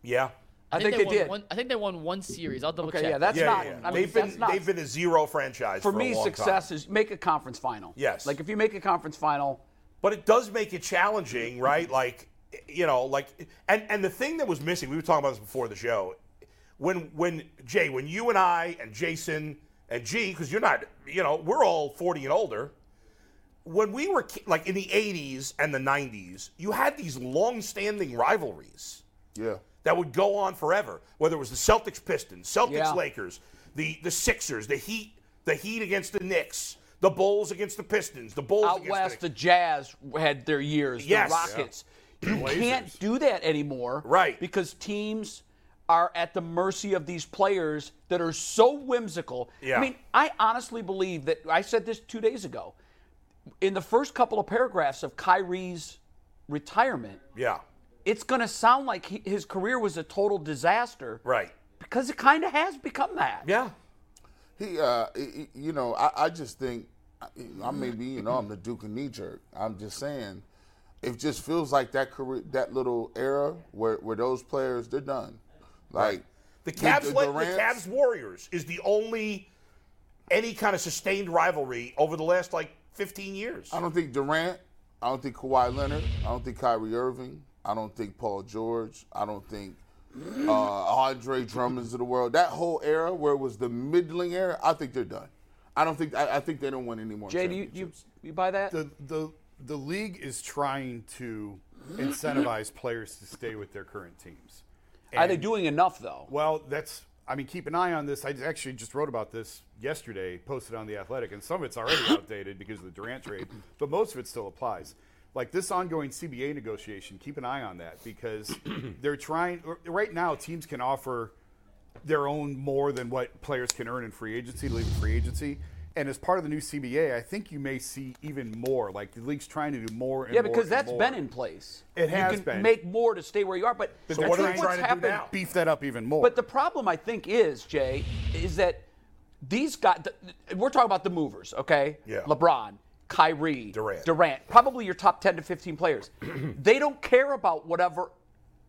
[SPEAKER 3] Yeah.
[SPEAKER 2] i think
[SPEAKER 6] they
[SPEAKER 2] they,
[SPEAKER 6] won
[SPEAKER 2] did
[SPEAKER 6] One, I think they won one series. I'll double
[SPEAKER 2] okay
[SPEAKER 6] check.
[SPEAKER 2] yeah that's
[SPEAKER 3] yeah,
[SPEAKER 2] not
[SPEAKER 3] yeah, yeah.
[SPEAKER 2] I mean,
[SPEAKER 3] they've been
[SPEAKER 2] that's not
[SPEAKER 3] they've been a zero franchise
[SPEAKER 2] for,
[SPEAKER 3] for,
[SPEAKER 2] me
[SPEAKER 3] a long
[SPEAKER 2] success
[SPEAKER 3] time.
[SPEAKER 2] is make a conference final
[SPEAKER 3] Yes.
[SPEAKER 2] like if you make a conference final
[SPEAKER 3] but it does make it challenging, right? Like, you know, like, and and the thing that was missing, we were talking about this before the show, when when Jay, when you and I and Jason and G, because you're not, you know, we're all 40 and older. When we were ki- like in the 80s and the 90s, you had these long-standing rivalries.
[SPEAKER 4] Yeah.
[SPEAKER 3] that would go on forever. Whether it was the Celtics Pistons, Celtics
[SPEAKER 2] Yeah.
[SPEAKER 3] Lakers, the the Sixers, the Heat, the Heat against the Knicks, the Bulls against the Pistons, the Bulls
[SPEAKER 2] out
[SPEAKER 3] against
[SPEAKER 2] west,
[SPEAKER 3] the
[SPEAKER 2] the Jazz had their years.
[SPEAKER 3] Yes.
[SPEAKER 2] The Rockets. You
[SPEAKER 5] Blazers.
[SPEAKER 2] can't do that anymore.
[SPEAKER 3] Right.
[SPEAKER 2] Because teams are at the mercy of these players that are so whimsical.
[SPEAKER 3] Yeah.
[SPEAKER 2] I mean, I honestly believe that I said this two days ago. In the first couple of paragraphs of Kyrie's retirement,
[SPEAKER 3] yeah,
[SPEAKER 2] it's going to sound like he, his career was a total disaster.
[SPEAKER 3] right,
[SPEAKER 2] Because it kind of has become that.
[SPEAKER 3] yeah,
[SPEAKER 4] He, uh, he- he- you know, I, I just think, I- I may be, you know, I'm the Duke of knee jerk. I'm just saying, it just feels like that career, that little era where, where those players, they're done. Like
[SPEAKER 3] The Cavs,
[SPEAKER 4] the
[SPEAKER 3] like- the
[SPEAKER 4] Durants-
[SPEAKER 3] Cavs Warriors is the only any kind of sustained rivalry over the last like 15 years.
[SPEAKER 4] I don't think Durant. I don't think Kawhi Leonard. I don't think Kyrie Irving. I don't think Paul George. I don't think uh, Andre Drummonds of the world. That whole era where it was the middling era, I think they're done. I don't think. I, I think they don't win any more.
[SPEAKER 2] Jay, do you, do you,
[SPEAKER 4] championships.
[SPEAKER 2] you buy that?
[SPEAKER 5] The the the league is trying to incentivize players to stay with their current teams.
[SPEAKER 2] are they doing enough, though?
[SPEAKER 5] Well, that's. I mean, keep an eye on this. I actually just wrote about this yesterday, posted on the Athletic, and some of it's already outdated because of the Durant trade, but most of it still applies. Like this ongoing CBA negotiation, keep an eye on that because they're trying. r- Right now, teams can offer their own more than what players can earn in free agency, leaving free agency. And as part of the new CBA, I think you may see even more. Like the league's trying to do more. And
[SPEAKER 2] Yeah,
[SPEAKER 5] more
[SPEAKER 2] because
[SPEAKER 5] and
[SPEAKER 2] that's
[SPEAKER 5] more.
[SPEAKER 2] been in place.
[SPEAKER 5] It has
[SPEAKER 2] you can
[SPEAKER 5] been.
[SPEAKER 2] make more to stay where you are, but
[SPEAKER 3] So what are they trying to do now?
[SPEAKER 5] Beef that up even more.
[SPEAKER 2] But the problem I think is Jay is that these guys. The, we're talking about the movers, okay?
[SPEAKER 3] Yeah.
[SPEAKER 2] LeBron, Kyrie,
[SPEAKER 3] Durant.
[SPEAKER 2] Durant, probably your top ten to fifteen players. they don't care about whatever,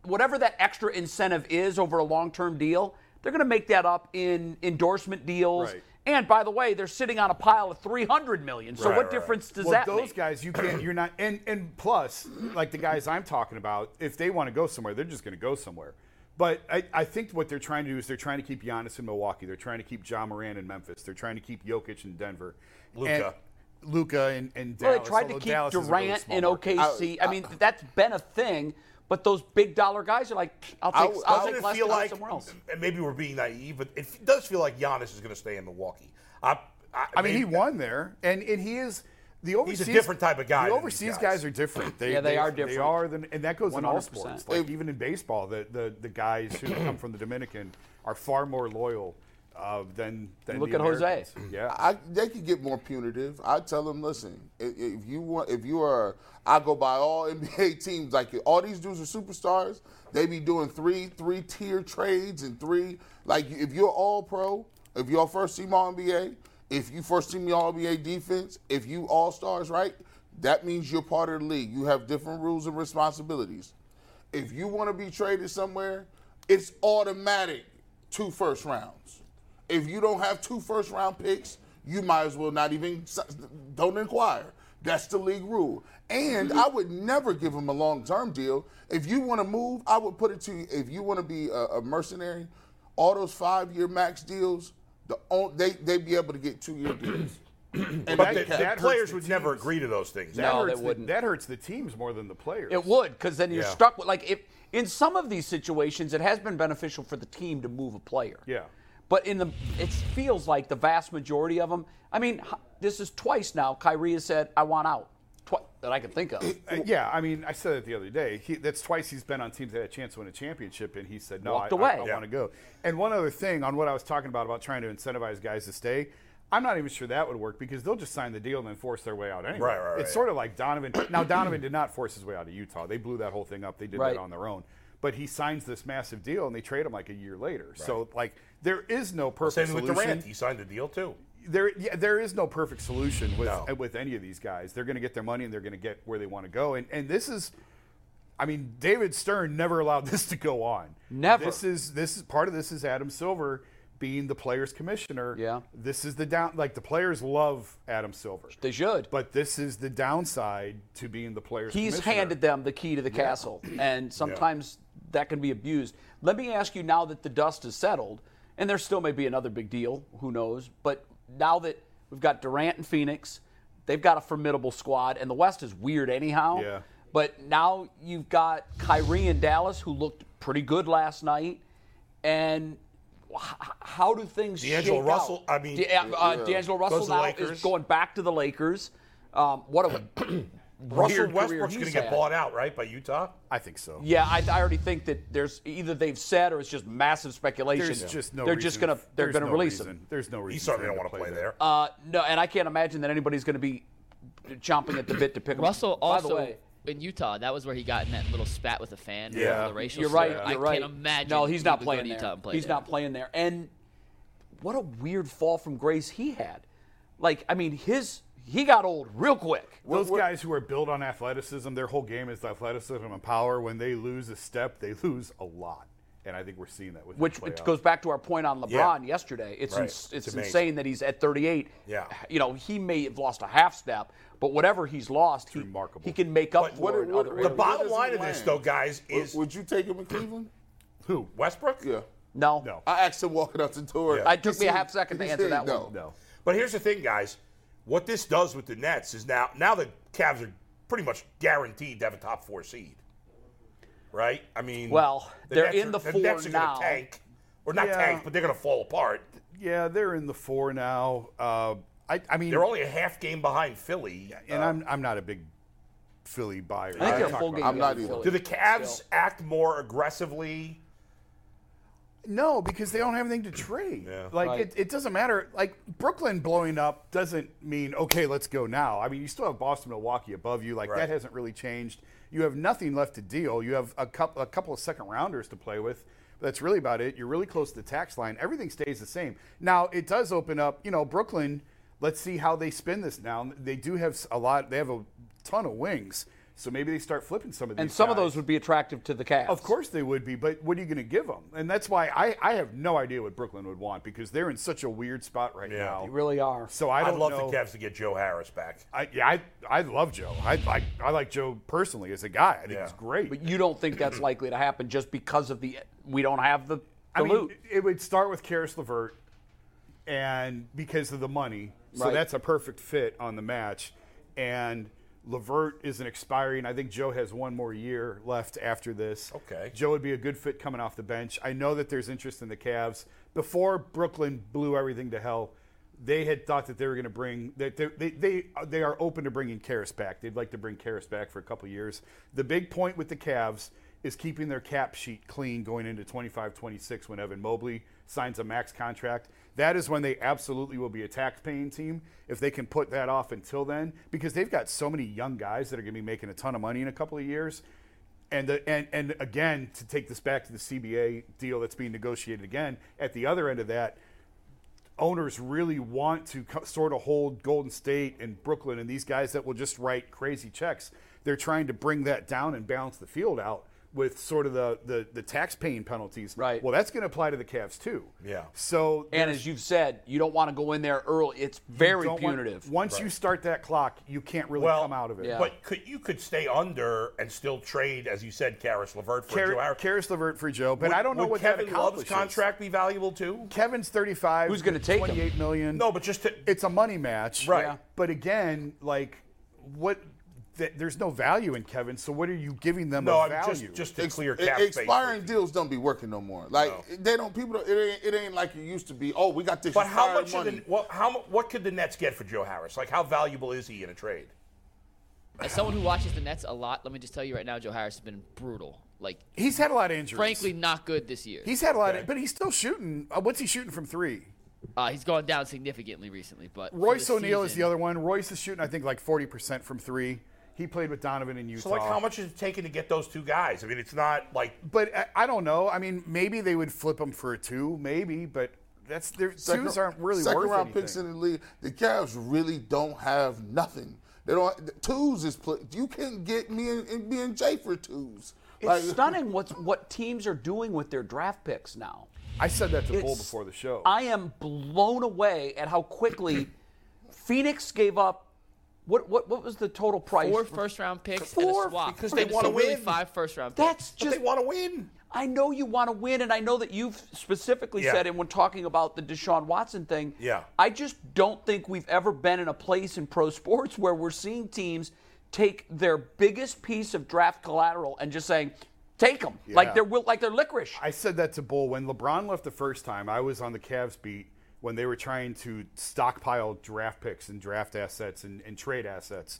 [SPEAKER 2] whatever that extra incentive is over a long-term deal. They're going to make that up in endorsement deals.
[SPEAKER 5] Right.
[SPEAKER 2] And by the way, they're sitting on a pile of 300 million. So what
[SPEAKER 3] Right, right, right.
[SPEAKER 2] difference does
[SPEAKER 5] well,
[SPEAKER 2] that
[SPEAKER 5] those
[SPEAKER 2] make?
[SPEAKER 5] guys you can't. You're not. And and plus, like the guys I'm talking about, if they want to go somewhere, they're just going to go somewhere. But I, I think what they're trying to do is they're trying to keep Giannis in Milwaukee. They're trying to keep John Moran in Memphis. They're trying to keep Jokic in Denver.
[SPEAKER 3] Luka.
[SPEAKER 5] And Luca and, and
[SPEAKER 2] Well, they
[SPEAKER 5] Dallas.
[SPEAKER 2] tried to
[SPEAKER 5] although
[SPEAKER 2] keep
[SPEAKER 5] Dallas is a really
[SPEAKER 2] Durant
[SPEAKER 5] small
[SPEAKER 2] in
[SPEAKER 5] market.
[SPEAKER 2] OKC. I, mean, that's been a thing, But those big dollar guys are like, I'll take,
[SPEAKER 4] w-
[SPEAKER 2] I'll
[SPEAKER 4] I
[SPEAKER 2] take
[SPEAKER 3] doesn't
[SPEAKER 2] less
[SPEAKER 3] it feel
[SPEAKER 2] than
[SPEAKER 3] like,
[SPEAKER 2] somewhere else.
[SPEAKER 3] and maybe we're being naive, but it does feel like Giannis is going to stay in Milwaukee. I, I,
[SPEAKER 5] I mean, he
[SPEAKER 3] maybe-
[SPEAKER 5] won there, and and he is the overseas.
[SPEAKER 3] different type of guy
[SPEAKER 5] The
[SPEAKER 3] than
[SPEAKER 5] overseas
[SPEAKER 3] these
[SPEAKER 5] guys.
[SPEAKER 3] guys.
[SPEAKER 5] are different. They,
[SPEAKER 2] Yeah, they are
[SPEAKER 5] They
[SPEAKER 2] different.
[SPEAKER 5] are, the, and that goes in all
[SPEAKER 2] 100%.
[SPEAKER 5] sports. Like even in baseball, the the, the guys who come from the Dominican are far more loyal uh, than than
[SPEAKER 2] Look
[SPEAKER 5] the
[SPEAKER 2] at Jose.
[SPEAKER 5] Americans. Yeah,
[SPEAKER 4] I, they could get more punitive. I tell them, listen, i- if you want, if you are, I go by all NBA teams. Like all these dudes are superstars. They be doing three, three tier trades and three. Like if you're all pro, if you're first team All NBA, if you first team All NBA defense, if you all stars, right? That means you're part of the league. You have different rules and responsibilities. If you want to be traded somewhere, it's automatic two first rounds. If you don't have two first round picks, you might as well not even s- don't inquire. That's the league rule. And I would never give him a long term deal. If you want to move, I would put it to you. If you want to be a, a mercenary, all those five year max deals, the on, they they'd be able to get two year deals. and
[SPEAKER 3] But the,
[SPEAKER 4] they cap.
[SPEAKER 3] the
[SPEAKER 5] hurts
[SPEAKER 3] players
[SPEAKER 5] the
[SPEAKER 3] would never
[SPEAKER 5] teams.
[SPEAKER 3] agree to those things.
[SPEAKER 2] No,
[SPEAKER 5] hurts
[SPEAKER 2] they
[SPEAKER 5] the-
[SPEAKER 2] wouldn't.
[SPEAKER 5] that hurts the teams more than the players.
[SPEAKER 2] It would, because then you're
[SPEAKER 3] Yeah.
[SPEAKER 2] stuck with like if in some of these situations it has been beneficial for the team to move a player.
[SPEAKER 5] Yeah.
[SPEAKER 2] But in the it feels like the vast majority of them. I mean, h- this is twice now. Kyrie has said, "I want out," twi- that I can think of.
[SPEAKER 5] Uh, yeah, I mean, I said it the other day. He, that's twice he's been on teams that had a chance to win a championship, and he said, "No, I,
[SPEAKER 2] Walked away.
[SPEAKER 5] I,
[SPEAKER 2] Yeah.
[SPEAKER 5] want to go." And one other thing on what I was talking about about trying to incentivize guys to stay, I'm not even sure that would work because they'll just sign the deal and then force their way out anyway.
[SPEAKER 3] Right, right,
[SPEAKER 5] It's
[SPEAKER 3] right.
[SPEAKER 5] sort of like Donovan. Now, Donovan did not force his way out of Utah. They blew that whole thing up. They did
[SPEAKER 2] Right.
[SPEAKER 5] that on their own. But he signs this massive deal, and they trade him like a year later. So, like, there is no perfect
[SPEAKER 3] Same with
[SPEAKER 5] solution
[SPEAKER 3] Durant. He signed a deal too.
[SPEAKER 5] there yeah, there is no perfect solution with
[SPEAKER 3] No.
[SPEAKER 5] with any of these guys. They're going to get their money and they're going to get where they want to go. And and this is, I mean, David Stern never allowed this to go on.
[SPEAKER 2] Never.
[SPEAKER 5] This is this is part of this is Adam Silver being the players commissioner.
[SPEAKER 2] Yeah.
[SPEAKER 5] This is the down like the players love Adam Silver.
[SPEAKER 2] They should.
[SPEAKER 5] But this is the downside to being the players.
[SPEAKER 2] He's
[SPEAKER 5] commissioner.
[SPEAKER 2] handed them the key to the castle, and sometimes that can be abused. Let me ask you now that the dust has settled, and there still may be another big deal, who knows? But now that we've got Durant and Phoenix, they've got a formidable squad, and the West is weird anyhow.
[SPEAKER 5] Yeah.
[SPEAKER 2] But now you've got Kyrie and Dallas, who looked pretty good last night, and h- h- how do things
[SPEAKER 3] D'Angelo
[SPEAKER 2] shake
[SPEAKER 3] Russell,
[SPEAKER 2] out?
[SPEAKER 3] I mean,
[SPEAKER 2] D- uh, uh, D'Angelo Russell
[SPEAKER 3] to
[SPEAKER 2] now is
[SPEAKER 3] Lakers.
[SPEAKER 2] going back to the Lakers. Um, what a
[SPEAKER 3] Russell
[SPEAKER 2] weird career
[SPEAKER 3] Westbrook's going to
[SPEAKER 2] he's
[SPEAKER 3] get
[SPEAKER 2] had.
[SPEAKER 3] bought out, right, by Utah?
[SPEAKER 5] I think so.
[SPEAKER 2] Yeah, I, I already think that there's either they've said or it's just massive speculation.
[SPEAKER 5] There's just no.
[SPEAKER 2] They're
[SPEAKER 5] reason
[SPEAKER 2] just gonna
[SPEAKER 5] f-
[SPEAKER 2] they're
[SPEAKER 5] there's
[SPEAKER 2] gonna
[SPEAKER 5] no
[SPEAKER 2] release
[SPEAKER 5] reason.
[SPEAKER 2] him.
[SPEAKER 5] There's no reason.
[SPEAKER 3] He
[SPEAKER 5] for
[SPEAKER 3] certainly
[SPEAKER 5] him
[SPEAKER 3] don't
[SPEAKER 5] to
[SPEAKER 3] want to play there.
[SPEAKER 2] Uh, no, and I can't imagine that anybody's gonna be chomping at the bit to pick him.
[SPEAKER 6] Russell
[SPEAKER 2] By
[SPEAKER 6] also
[SPEAKER 2] the way,
[SPEAKER 6] in Utah, that was where he got in that little spat with a fan. over
[SPEAKER 5] Yeah.
[SPEAKER 6] the racial
[SPEAKER 2] you're right.
[SPEAKER 6] slur.
[SPEAKER 2] You're
[SPEAKER 6] I
[SPEAKER 2] right.
[SPEAKER 6] can't imagine.
[SPEAKER 2] No, he's
[SPEAKER 6] he
[SPEAKER 2] not
[SPEAKER 6] would go to
[SPEAKER 2] playing there.
[SPEAKER 6] Utah and play
[SPEAKER 2] he's
[SPEAKER 6] there.
[SPEAKER 2] not playing there. And what a weird fall from grace he had. Like, I mean, his he got old real quick.
[SPEAKER 5] Those guys who are built on athleticism, their whole game is athleticism and power. When they lose a step, they lose a lot, and I think we're seeing that with
[SPEAKER 2] Which
[SPEAKER 5] this playoff.
[SPEAKER 2] goes back to our point on LeBron yesterday. It's
[SPEAKER 3] Right.
[SPEAKER 2] ins- it's,
[SPEAKER 3] It's amazing.
[SPEAKER 2] insane that he's at 38.
[SPEAKER 3] Yeah.
[SPEAKER 2] you know he may have lost a half step, but whatever he's lost, he,
[SPEAKER 5] remarkable.
[SPEAKER 2] he can make up
[SPEAKER 3] But
[SPEAKER 2] for
[SPEAKER 3] what-
[SPEAKER 2] it in
[SPEAKER 4] what-
[SPEAKER 2] other
[SPEAKER 4] what-
[SPEAKER 2] areas.
[SPEAKER 3] The bottom
[SPEAKER 4] does he
[SPEAKER 3] line of this,
[SPEAKER 4] land?
[SPEAKER 3] though, guys, is
[SPEAKER 4] Would you take him in Cleveland?
[SPEAKER 5] who?
[SPEAKER 3] Westbrook.
[SPEAKER 4] Yeah.
[SPEAKER 2] no,
[SPEAKER 5] No.
[SPEAKER 4] I asked him walking out the door.
[SPEAKER 2] It took me a
[SPEAKER 4] He
[SPEAKER 2] half second to
[SPEAKER 4] said
[SPEAKER 2] answer that
[SPEAKER 4] no.
[SPEAKER 2] one.
[SPEAKER 5] No.
[SPEAKER 3] But here's the thing, guys. What this does with the Nets is now now the Cavs are pretty much guaranteed to have a top four seed, right? I mean,
[SPEAKER 2] Well,
[SPEAKER 3] the
[SPEAKER 2] they're
[SPEAKER 3] Nets
[SPEAKER 2] in
[SPEAKER 3] are-
[SPEAKER 2] the four
[SPEAKER 3] Nets are gonna
[SPEAKER 2] now.
[SPEAKER 3] tank, or not
[SPEAKER 5] Yeah.
[SPEAKER 3] tank, but they're going to fall apart.
[SPEAKER 5] Yeah, they're in the four now. Uh, I, I mean,
[SPEAKER 3] They're only a half game behind Philly.
[SPEAKER 5] and I'm I'm not a big Philly
[SPEAKER 2] I
[SPEAKER 5] buyer.
[SPEAKER 2] think
[SPEAKER 5] We
[SPEAKER 2] they're a
[SPEAKER 5] talked
[SPEAKER 2] full
[SPEAKER 5] about
[SPEAKER 2] game.
[SPEAKER 4] I'm not
[SPEAKER 2] behind
[SPEAKER 4] either.
[SPEAKER 2] Philly.
[SPEAKER 3] Do the Cavs act more aggressively?
[SPEAKER 5] No, because they don't have anything to trade.
[SPEAKER 3] Yeah.
[SPEAKER 5] Like
[SPEAKER 2] Right.
[SPEAKER 5] it, it doesn't matter. Like Brooklyn blowing up doesn't mean okay, let's go now. I mean, you still have Boston, Milwaukee above you. Like
[SPEAKER 3] Right.
[SPEAKER 5] that hasn't really changed. You have nothing left to deal. You have a couple a couple of second rounders to play with. But that's really about it. You're really close to the tax line. Everything stays the same. Now it does open up. You know, Brooklyn. Let's see how they spin this now. They do have a lot. They have a ton of wings. So maybe they start flipping some of these.
[SPEAKER 2] and some of
[SPEAKER 5] guys.
[SPEAKER 2] those would be attractive to the Cavs.
[SPEAKER 5] Of course they would be, but what are you going to give them? And that's why I, I have no idea what Brooklyn would want because they're in such a weird spot right
[SPEAKER 3] Yeah.
[SPEAKER 5] now.
[SPEAKER 2] they really are.
[SPEAKER 5] So I
[SPEAKER 3] I'd
[SPEAKER 5] don't
[SPEAKER 3] love
[SPEAKER 5] know.
[SPEAKER 3] the Cavs to get Joe Harris back.
[SPEAKER 5] I, yeah, I, I love Joe. I like I like Joe personally as a guy. I think
[SPEAKER 3] Yeah.
[SPEAKER 5] he's great.
[SPEAKER 2] But you don't think that's likely to happen just because of the we don't have the, the
[SPEAKER 5] I mean,
[SPEAKER 2] loot.
[SPEAKER 5] it would start with Karis LeVert, and because of the money, so
[SPEAKER 2] Right.
[SPEAKER 5] that's a perfect fit on the match. And Lavert isn't expiring. I think Joe has one more year left after this.
[SPEAKER 3] Okay.
[SPEAKER 5] Joe would be a good fit coming off the bench. I know that there's interest in the Cavs. Before Brooklyn blew everything to hell, they had thought that they were going to bring that they, they they they are open to bringing Karras back. They'd like to bring Karras back for a couple years. The big point with the Cavs is keeping their cap sheet clean going into 25-26 when Evan Mobley signs a max contract. That is when they absolutely will be a tax-paying team if they can put that off until then because they've got so many young guys that are going to be making a ton of money in a couple of years. And, the, and and again to take this back to the CBA deal that's being negotiated again at the other end of that owners really want to co- sort of hold Golden State and Brooklyn and these guys that will just write crazy checks. They're trying to bring that down and balance the field out with sort of the the, the tax paying penalties.
[SPEAKER 2] Right.
[SPEAKER 5] Well, that's going to apply to the Cavs too.
[SPEAKER 3] Yeah.
[SPEAKER 5] So
[SPEAKER 2] And as you've said, you don't want to go in there early. It's very
[SPEAKER 5] don't want-
[SPEAKER 2] punitive.
[SPEAKER 5] once you start that clock, you can't really come out of it.
[SPEAKER 2] yeah.
[SPEAKER 3] But could you could stay under and still trade, as you said, Karis Levert for Joe
[SPEAKER 5] Kar-
[SPEAKER 3] Howard.
[SPEAKER 5] Karis Levert for Joe, but
[SPEAKER 3] Would-
[SPEAKER 5] I don't know
[SPEAKER 3] would
[SPEAKER 5] what
[SPEAKER 3] Kevin
[SPEAKER 5] that
[SPEAKER 3] Love's
[SPEAKER 5] accomplishes.
[SPEAKER 3] contract be valuable too?
[SPEAKER 5] Kevin's 35.
[SPEAKER 2] Who's gonna take him?
[SPEAKER 5] 28 million.
[SPEAKER 3] No, but just to
[SPEAKER 5] it's a money match.
[SPEAKER 3] Right. Yeah.
[SPEAKER 5] But again, like what th- there's no value in Kevin, so what are you giving them
[SPEAKER 3] no,
[SPEAKER 5] of
[SPEAKER 3] I'm
[SPEAKER 5] value?
[SPEAKER 3] just just to
[SPEAKER 4] Ex-
[SPEAKER 3] clear
[SPEAKER 4] e-
[SPEAKER 3] cap space.
[SPEAKER 4] expiring deals don't be working no more. Like they don't. People. Don't, it, ain't, it ain't like it used to be. Oh, we got this.
[SPEAKER 3] But how
[SPEAKER 4] expired
[SPEAKER 3] much? Of
[SPEAKER 4] Money.
[SPEAKER 3] the, what, how mu- what could the Nets get for Joe Harris? Like, how valuable is he in a trade?
[SPEAKER 6] As someone who watches the Nets a lot, let me just tell you right now, Joe Harris has been brutal. Like,
[SPEAKER 5] he's had a lot of injuries.
[SPEAKER 6] frankly, not good this year.
[SPEAKER 5] he's had a lot of but he's still shooting. Uh, what's he shooting from 3?
[SPEAKER 6] Uh, he's gone down significantly recently, but for
[SPEAKER 5] Royce
[SPEAKER 6] the
[SPEAKER 5] O'Neal is
[SPEAKER 6] season-
[SPEAKER 5] the other one. Royce is shooting I think like 40% from 3. He played with Donovan in Utah.
[SPEAKER 3] So, like, how much is it taking to get those two guys? I mean, it's not like
[SPEAKER 5] But uh, I, I don't know. I mean, maybe they would flip him for a 2, maybe, but that's their twos aren't really
[SPEAKER 4] second
[SPEAKER 5] worth
[SPEAKER 4] round
[SPEAKER 5] anything.
[SPEAKER 4] picks in the league. The Cavs really don't have nothing. They don't. The twos is play, you can't get me and, and me and Jay for twos.
[SPEAKER 2] it's stunning what's, what teams are doing with their draft picks now.
[SPEAKER 5] I said that to Bull
[SPEAKER 2] It's-
[SPEAKER 5] before the show.
[SPEAKER 2] I am blown away at how quickly Phoenix gave up. What, what what was the total price?
[SPEAKER 6] four first round picks
[SPEAKER 2] Four,
[SPEAKER 6] and a swap.
[SPEAKER 3] because
[SPEAKER 6] So
[SPEAKER 3] they
[SPEAKER 6] it's
[SPEAKER 3] wanna
[SPEAKER 6] really
[SPEAKER 3] win.
[SPEAKER 6] Five first round picks.
[SPEAKER 2] That's
[SPEAKER 3] but
[SPEAKER 2] just.
[SPEAKER 3] they want to win.
[SPEAKER 2] I know you want to win, and I know that you've specifically
[SPEAKER 3] Yeah.
[SPEAKER 2] said, and when talking about the Deshaun Watson thing,
[SPEAKER 3] Yeah.
[SPEAKER 2] I just don't think we've ever been in a place in pro sports where we're seeing teams take their biggest piece of draft collateral and just saying, take them like they're will- like they're licorice.
[SPEAKER 5] I said that to Bull when LeBron left the first time. I was on the Cavs beat when they were trying to stockpile draft picks and draft assets and, and trade assets.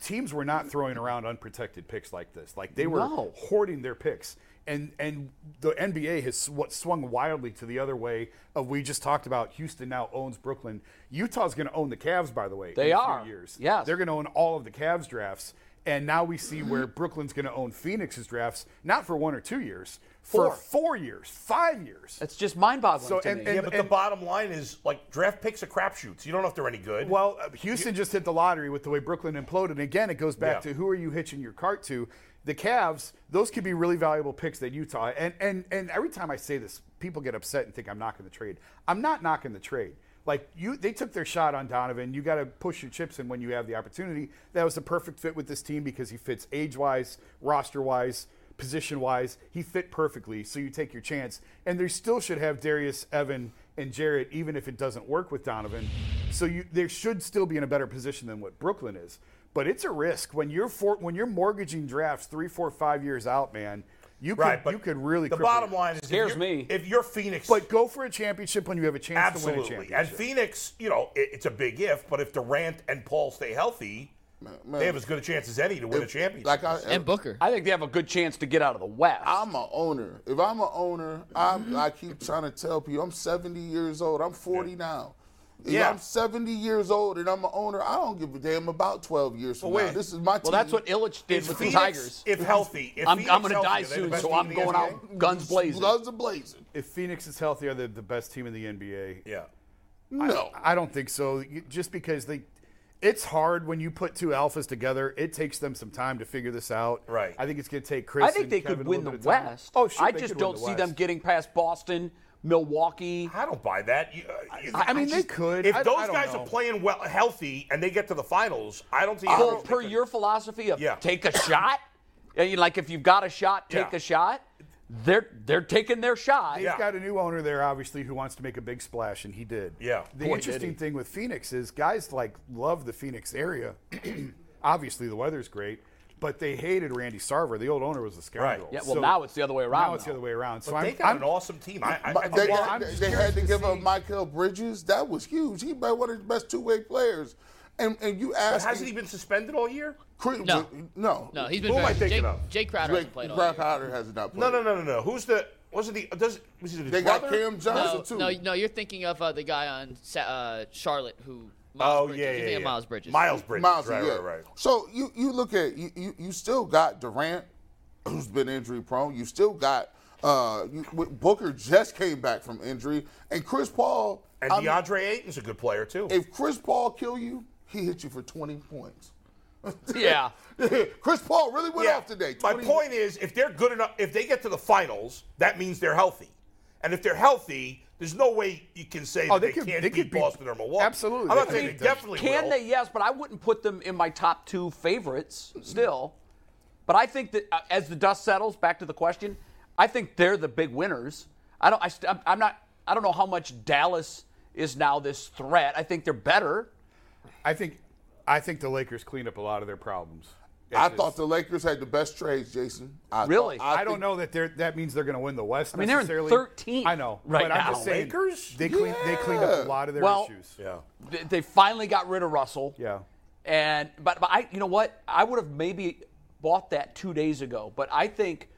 [SPEAKER 5] Teams were not throwing around unprotected picks like this. Like they were
[SPEAKER 2] No.
[SPEAKER 5] hoarding their picks. And and the NBA has what swung wildly to the other way of we just talked about Houston now owns Brooklyn. Utah's going to own the Cavs by the way.
[SPEAKER 2] They
[SPEAKER 5] in a few
[SPEAKER 2] are.
[SPEAKER 5] years.
[SPEAKER 2] Yes.
[SPEAKER 5] They're going to own all of the Cavs drafts. And now we see where Brooklyn's going to own Phoenix's drafts, not for one or two years, for
[SPEAKER 2] Four.
[SPEAKER 5] four years, five years.
[SPEAKER 2] It's just mind-boggling
[SPEAKER 5] So,
[SPEAKER 2] to
[SPEAKER 5] and-
[SPEAKER 2] me.
[SPEAKER 5] and-
[SPEAKER 3] Yeah, but the bottom line is like draft picks are crapshoots. You don't know if they're any good.
[SPEAKER 5] well, uh, Houston just hit the lottery with the way Brooklyn imploded. Again, it goes back
[SPEAKER 3] Yeah.
[SPEAKER 5] to who are you hitching your cart to? The Cavs, those could be really valuable picks that Utah. And and and every time I say this, people get upset and think I'm knocking the trade. I'm not knocking the trade. Like you, they took their shot on Donovan. You got to push your chips in when you have the opportunity. That was the perfect fit with this team because he fits age-wise, roster-wise, position-wise. He fit perfectly. So you take your chance, and they still should have Darius Evan and Jarrett, even if it doesn't work with Donovan. So you, they should still be in a better position than what Brooklyn is. But it's a risk when you're for, when you're mortgaging drafts three, four, five years out, man. You could
[SPEAKER 3] right. But
[SPEAKER 5] you could really
[SPEAKER 3] the
[SPEAKER 5] cripple
[SPEAKER 3] bottom
[SPEAKER 5] it.
[SPEAKER 3] line is if
[SPEAKER 2] Scares
[SPEAKER 3] you're-
[SPEAKER 2] me.
[SPEAKER 3] If you're Phoenix,
[SPEAKER 5] But go for a championship when you have a chance to win a
[SPEAKER 3] absolutely. And
[SPEAKER 5] championship.
[SPEAKER 3] Phoenix, you know, it, it's a big if. But if Durant and Paul stay healthy, they have as good a chance as any to win a championship.
[SPEAKER 4] Like I,
[SPEAKER 6] and Booker.
[SPEAKER 2] I think they have a good chance to get out of the West.
[SPEAKER 4] I'm an owner. If I'm an owner, I'm, I keep trying to tell people I'm 70 years old. I'm 40 now. If
[SPEAKER 3] Yeah.
[SPEAKER 4] I'm 70 years old and I'm an owner, I don't give a damn about 12 years from
[SPEAKER 3] Well,
[SPEAKER 4] now.
[SPEAKER 3] wait.
[SPEAKER 4] This is my
[SPEAKER 2] well,
[SPEAKER 4] team.
[SPEAKER 2] that's what Illich did
[SPEAKER 3] Is
[SPEAKER 2] with
[SPEAKER 3] Phoenix,
[SPEAKER 2] the Tigers.
[SPEAKER 3] if healthy, if
[SPEAKER 2] I'm,
[SPEAKER 3] Phoenix
[SPEAKER 2] I'm going to
[SPEAKER 3] healthy,
[SPEAKER 2] die
[SPEAKER 3] are they the
[SPEAKER 2] soon,
[SPEAKER 3] best
[SPEAKER 2] so
[SPEAKER 3] team
[SPEAKER 2] I'm
[SPEAKER 3] in the
[SPEAKER 2] going
[SPEAKER 3] NBA?
[SPEAKER 2] out guns blazing.
[SPEAKER 4] Loves the Blazing.
[SPEAKER 5] If Phoenix is healthy, are they the best team in the NBA?
[SPEAKER 3] Yeah.
[SPEAKER 4] No.
[SPEAKER 5] I don't think so. You- Just because they, it's hard when you put two alphas together. It takes them some time to figure this out.
[SPEAKER 3] Right.
[SPEAKER 5] I think it's going to take Chris.
[SPEAKER 2] I think
[SPEAKER 5] and
[SPEAKER 2] they
[SPEAKER 5] Kevin
[SPEAKER 2] could
[SPEAKER 5] a
[SPEAKER 2] win the
[SPEAKER 5] little bit of time.
[SPEAKER 2] West.
[SPEAKER 5] Oh, sure,
[SPEAKER 2] I
[SPEAKER 5] they
[SPEAKER 2] just
[SPEAKER 5] could win
[SPEAKER 2] don't
[SPEAKER 5] the
[SPEAKER 2] see them
[SPEAKER 5] West.
[SPEAKER 2] getting past Boston, Milwaukee.
[SPEAKER 3] I don't buy that. You- uh, you-
[SPEAKER 5] I mean, they could.
[SPEAKER 3] If
[SPEAKER 5] I- I
[SPEAKER 3] those
[SPEAKER 5] don't
[SPEAKER 3] guys
[SPEAKER 5] know.
[SPEAKER 3] are playing well, healthy, and they get to the finals, I don't see. how
[SPEAKER 2] Well,
[SPEAKER 3] Ah, they
[SPEAKER 2] per
[SPEAKER 3] could-
[SPEAKER 2] your philosophy of
[SPEAKER 3] Yeah.
[SPEAKER 2] take a shot, I mean, like if you've got a shot, take
[SPEAKER 3] Yeah.
[SPEAKER 2] a shot. They're they're taking their shot.
[SPEAKER 5] They've
[SPEAKER 3] Yeah.
[SPEAKER 5] got a new owner there, obviously, who wants to make a big splash, and he did.
[SPEAKER 3] Yeah.
[SPEAKER 2] Boy,
[SPEAKER 5] The
[SPEAKER 2] did
[SPEAKER 5] interesting
[SPEAKER 2] he.
[SPEAKER 5] thing with Phoenix is guys like love the Phoenix area. Obviously, the weather's great, but they hated Randy Sarver. The old owner was a scoundrel.
[SPEAKER 3] Right.
[SPEAKER 2] Yeah, well,
[SPEAKER 5] So
[SPEAKER 2] now it's the other way around.
[SPEAKER 5] now it's the
[SPEAKER 2] though.
[SPEAKER 5] other way around. So
[SPEAKER 3] But
[SPEAKER 5] I'm,
[SPEAKER 3] they got
[SPEAKER 5] I'm-
[SPEAKER 3] an awesome team. I, I, I,
[SPEAKER 4] But they,
[SPEAKER 3] well,
[SPEAKER 4] had-
[SPEAKER 3] I'm
[SPEAKER 4] they
[SPEAKER 3] just
[SPEAKER 4] had
[SPEAKER 3] curious
[SPEAKER 4] to give
[SPEAKER 3] see-
[SPEAKER 4] up Michael Bridges. That was huge. He played one of the best two-way players. And and you
[SPEAKER 3] But
[SPEAKER 4] ask
[SPEAKER 3] hasn't he been suspended all year?
[SPEAKER 6] No.
[SPEAKER 4] no,
[SPEAKER 6] No, he's been
[SPEAKER 3] Who am I
[SPEAKER 6] very.
[SPEAKER 3] thinking
[SPEAKER 6] Jake,
[SPEAKER 3] of?
[SPEAKER 6] Jake Crowder
[SPEAKER 4] Greg,
[SPEAKER 6] hasn't played all
[SPEAKER 4] Greg
[SPEAKER 6] year.
[SPEAKER 4] Potter has not played.
[SPEAKER 3] No, no, no, no, no. Who's the? Wasn't the? Does was it his
[SPEAKER 4] They
[SPEAKER 3] brother?
[SPEAKER 4] got Cam Johnson
[SPEAKER 6] No,
[SPEAKER 4] too.
[SPEAKER 6] no, no, you're thinking of uh, the guy on Sa- uh, Charlotte who. Miles
[SPEAKER 3] Oh
[SPEAKER 6] Bridges.
[SPEAKER 3] yeah,
[SPEAKER 6] You're
[SPEAKER 3] yeah,
[SPEAKER 6] thinking
[SPEAKER 3] yeah.
[SPEAKER 6] of Miles Bridges.
[SPEAKER 3] Miles Bridges.
[SPEAKER 4] Miles,
[SPEAKER 3] right,
[SPEAKER 4] yeah.
[SPEAKER 3] right, right.
[SPEAKER 4] So you you look at you, you you still got Durant, who's been injury prone. You still got uh you, Booker just came back from injury, and Chris Paul.
[SPEAKER 3] And
[SPEAKER 4] I mean,
[SPEAKER 3] DeAndre Ayton's a good player too.
[SPEAKER 4] if Chris Paul kill you, he hit you for twenty points.
[SPEAKER 2] Yeah.
[SPEAKER 4] Chris Paul really went
[SPEAKER 3] Yeah.
[SPEAKER 4] off today.
[SPEAKER 3] My
[SPEAKER 4] 20
[SPEAKER 3] point is, if they're good enough, if they get to the finals, that means they're healthy. And if they're healthy, there's no way you can say
[SPEAKER 5] Oh,
[SPEAKER 3] that
[SPEAKER 5] they
[SPEAKER 3] they,
[SPEAKER 5] could-
[SPEAKER 3] can't
[SPEAKER 5] they
[SPEAKER 3] beat
[SPEAKER 5] could beat-
[SPEAKER 3] Boston or Milwaukee.
[SPEAKER 5] Absolutely,
[SPEAKER 3] I'm
[SPEAKER 5] they
[SPEAKER 3] not
[SPEAKER 5] could
[SPEAKER 3] saying
[SPEAKER 5] beat
[SPEAKER 3] they
[SPEAKER 5] them.
[SPEAKER 3] definitely
[SPEAKER 2] Can
[SPEAKER 3] will.
[SPEAKER 2] they? Yes, but I wouldn't put them in my top two favorites still. But I think that uh, as the dust settles, back to the question, I think they're the big winners. I don't. I st- I'm- I'm not. I don't know how much Dallas is now this threat. I think they're better.
[SPEAKER 5] I think, I think the Lakers cleaned up a lot of their problems.
[SPEAKER 4] I thought the Lakers had the best trades, Jason. I
[SPEAKER 2] Really?
[SPEAKER 4] thought-
[SPEAKER 5] I,
[SPEAKER 4] think-
[SPEAKER 5] don't know that they're that means they're going to win the West. I
[SPEAKER 2] mean, they're in 13th
[SPEAKER 5] I know,
[SPEAKER 2] right
[SPEAKER 5] but
[SPEAKER 2] now.
[SPEAKER 5] I'm just saying,
[SPEAKER 3] Lakers?
[SPEAKER 5] They cleaned they cleaned up
[SPEAKER 4] Yeah.
[SPEAKER 5] a lot of their
[SPEAKER 2] Well-
[SPEAKER 5] issues.
[SPEAKER 3] Yeah.
[SPEAKER 2] They, they finally got rid of Russell.
[SPEAKER 5] Yeah.
[SPEAKER 2] And but, but I, you know what? I would have maybe bought that two days ago. But I think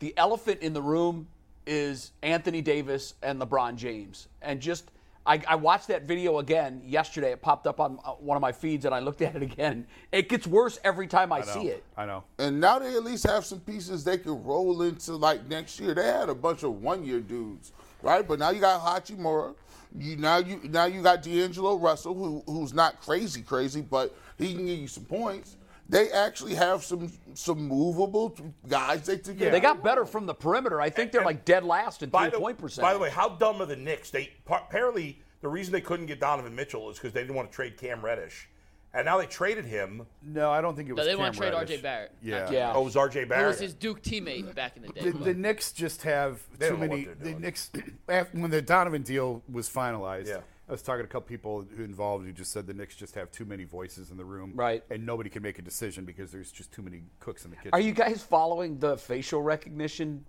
[SPEAKER 2] the elephant in the room is Anthony Davis and LeBron James. And just I, I watched that video again yesterday. It popped up on uh, one of my feeds, and I looked at it again. It gets worse every time I,
[SPEAKER 5] I know.
[SPEAKER 2] see it.
[SPEAKER 5] I know.
[SPEAKER 4] And now they at least have some pieces they can roll into like next year. They had a bunch of one year dudes, right? But now you got Hachimura. You now you now you got D'Angelo Russell, who who's not crazy crazy, but he can give you some points. They actually have some some movable guys they can get.
[SPEAKER 2] They got better from the perimeter. I think they're like dead last in
[SPEAKER 3] By
[SPEAKER 2] three
[SPEAKER 3] the,
[SPEAKER 2] point percentage.
[SPEAKER 3] by the way, how dumb are the Knicks? They par- apparently the reason they couldn't get Donovan Mitchell is because they didn't want to trade Cam Reddish, and now they traded him.
[SPEAKER 5] No, I don't think it was.
[SPEAKER 6] No, they
[SPEAKER 5] Cam
[SPEAKER 6] want to trade
[SPEAKER 5] Reddish.
[SPEAKER 6] RJ Barrett. not
[SPEAKER 5] Yeah.
[SPEAKER 6] Cam
[SPEAKER 2] Yeah.
[SPEAKER 3] Oh, it was R.J.
[SPEAKER 6] Who
[SPEAKER 3] Barrett.
[SPEAKER 6] was his Duke teammate back in the day.
[SPEAKER 5] The, the Knicks just have
[SPEAKER 3] They
[SPEAKER 5] too
[SPEAKER 3] don't know
[SPEAKER 5] many.
[SPEAKER 3] what they're
[SPEAKER 5] The
[SPEAKER 3] doing.
[SPEAKER 5] Knicks, af- when the Donovan deal was finalized,
[SPEAKER 3] Yeah.
[SPEAKER 5] I was talking to a couple people who involved who just said the Knicks just have too many voices in the room,
[SPEAKER 2] Right.
[SPEAKER 5] And nobody can make a decision because there's just too many cooks in the kitchen.
[SPEAKER 2] Are you guys following the facial recognition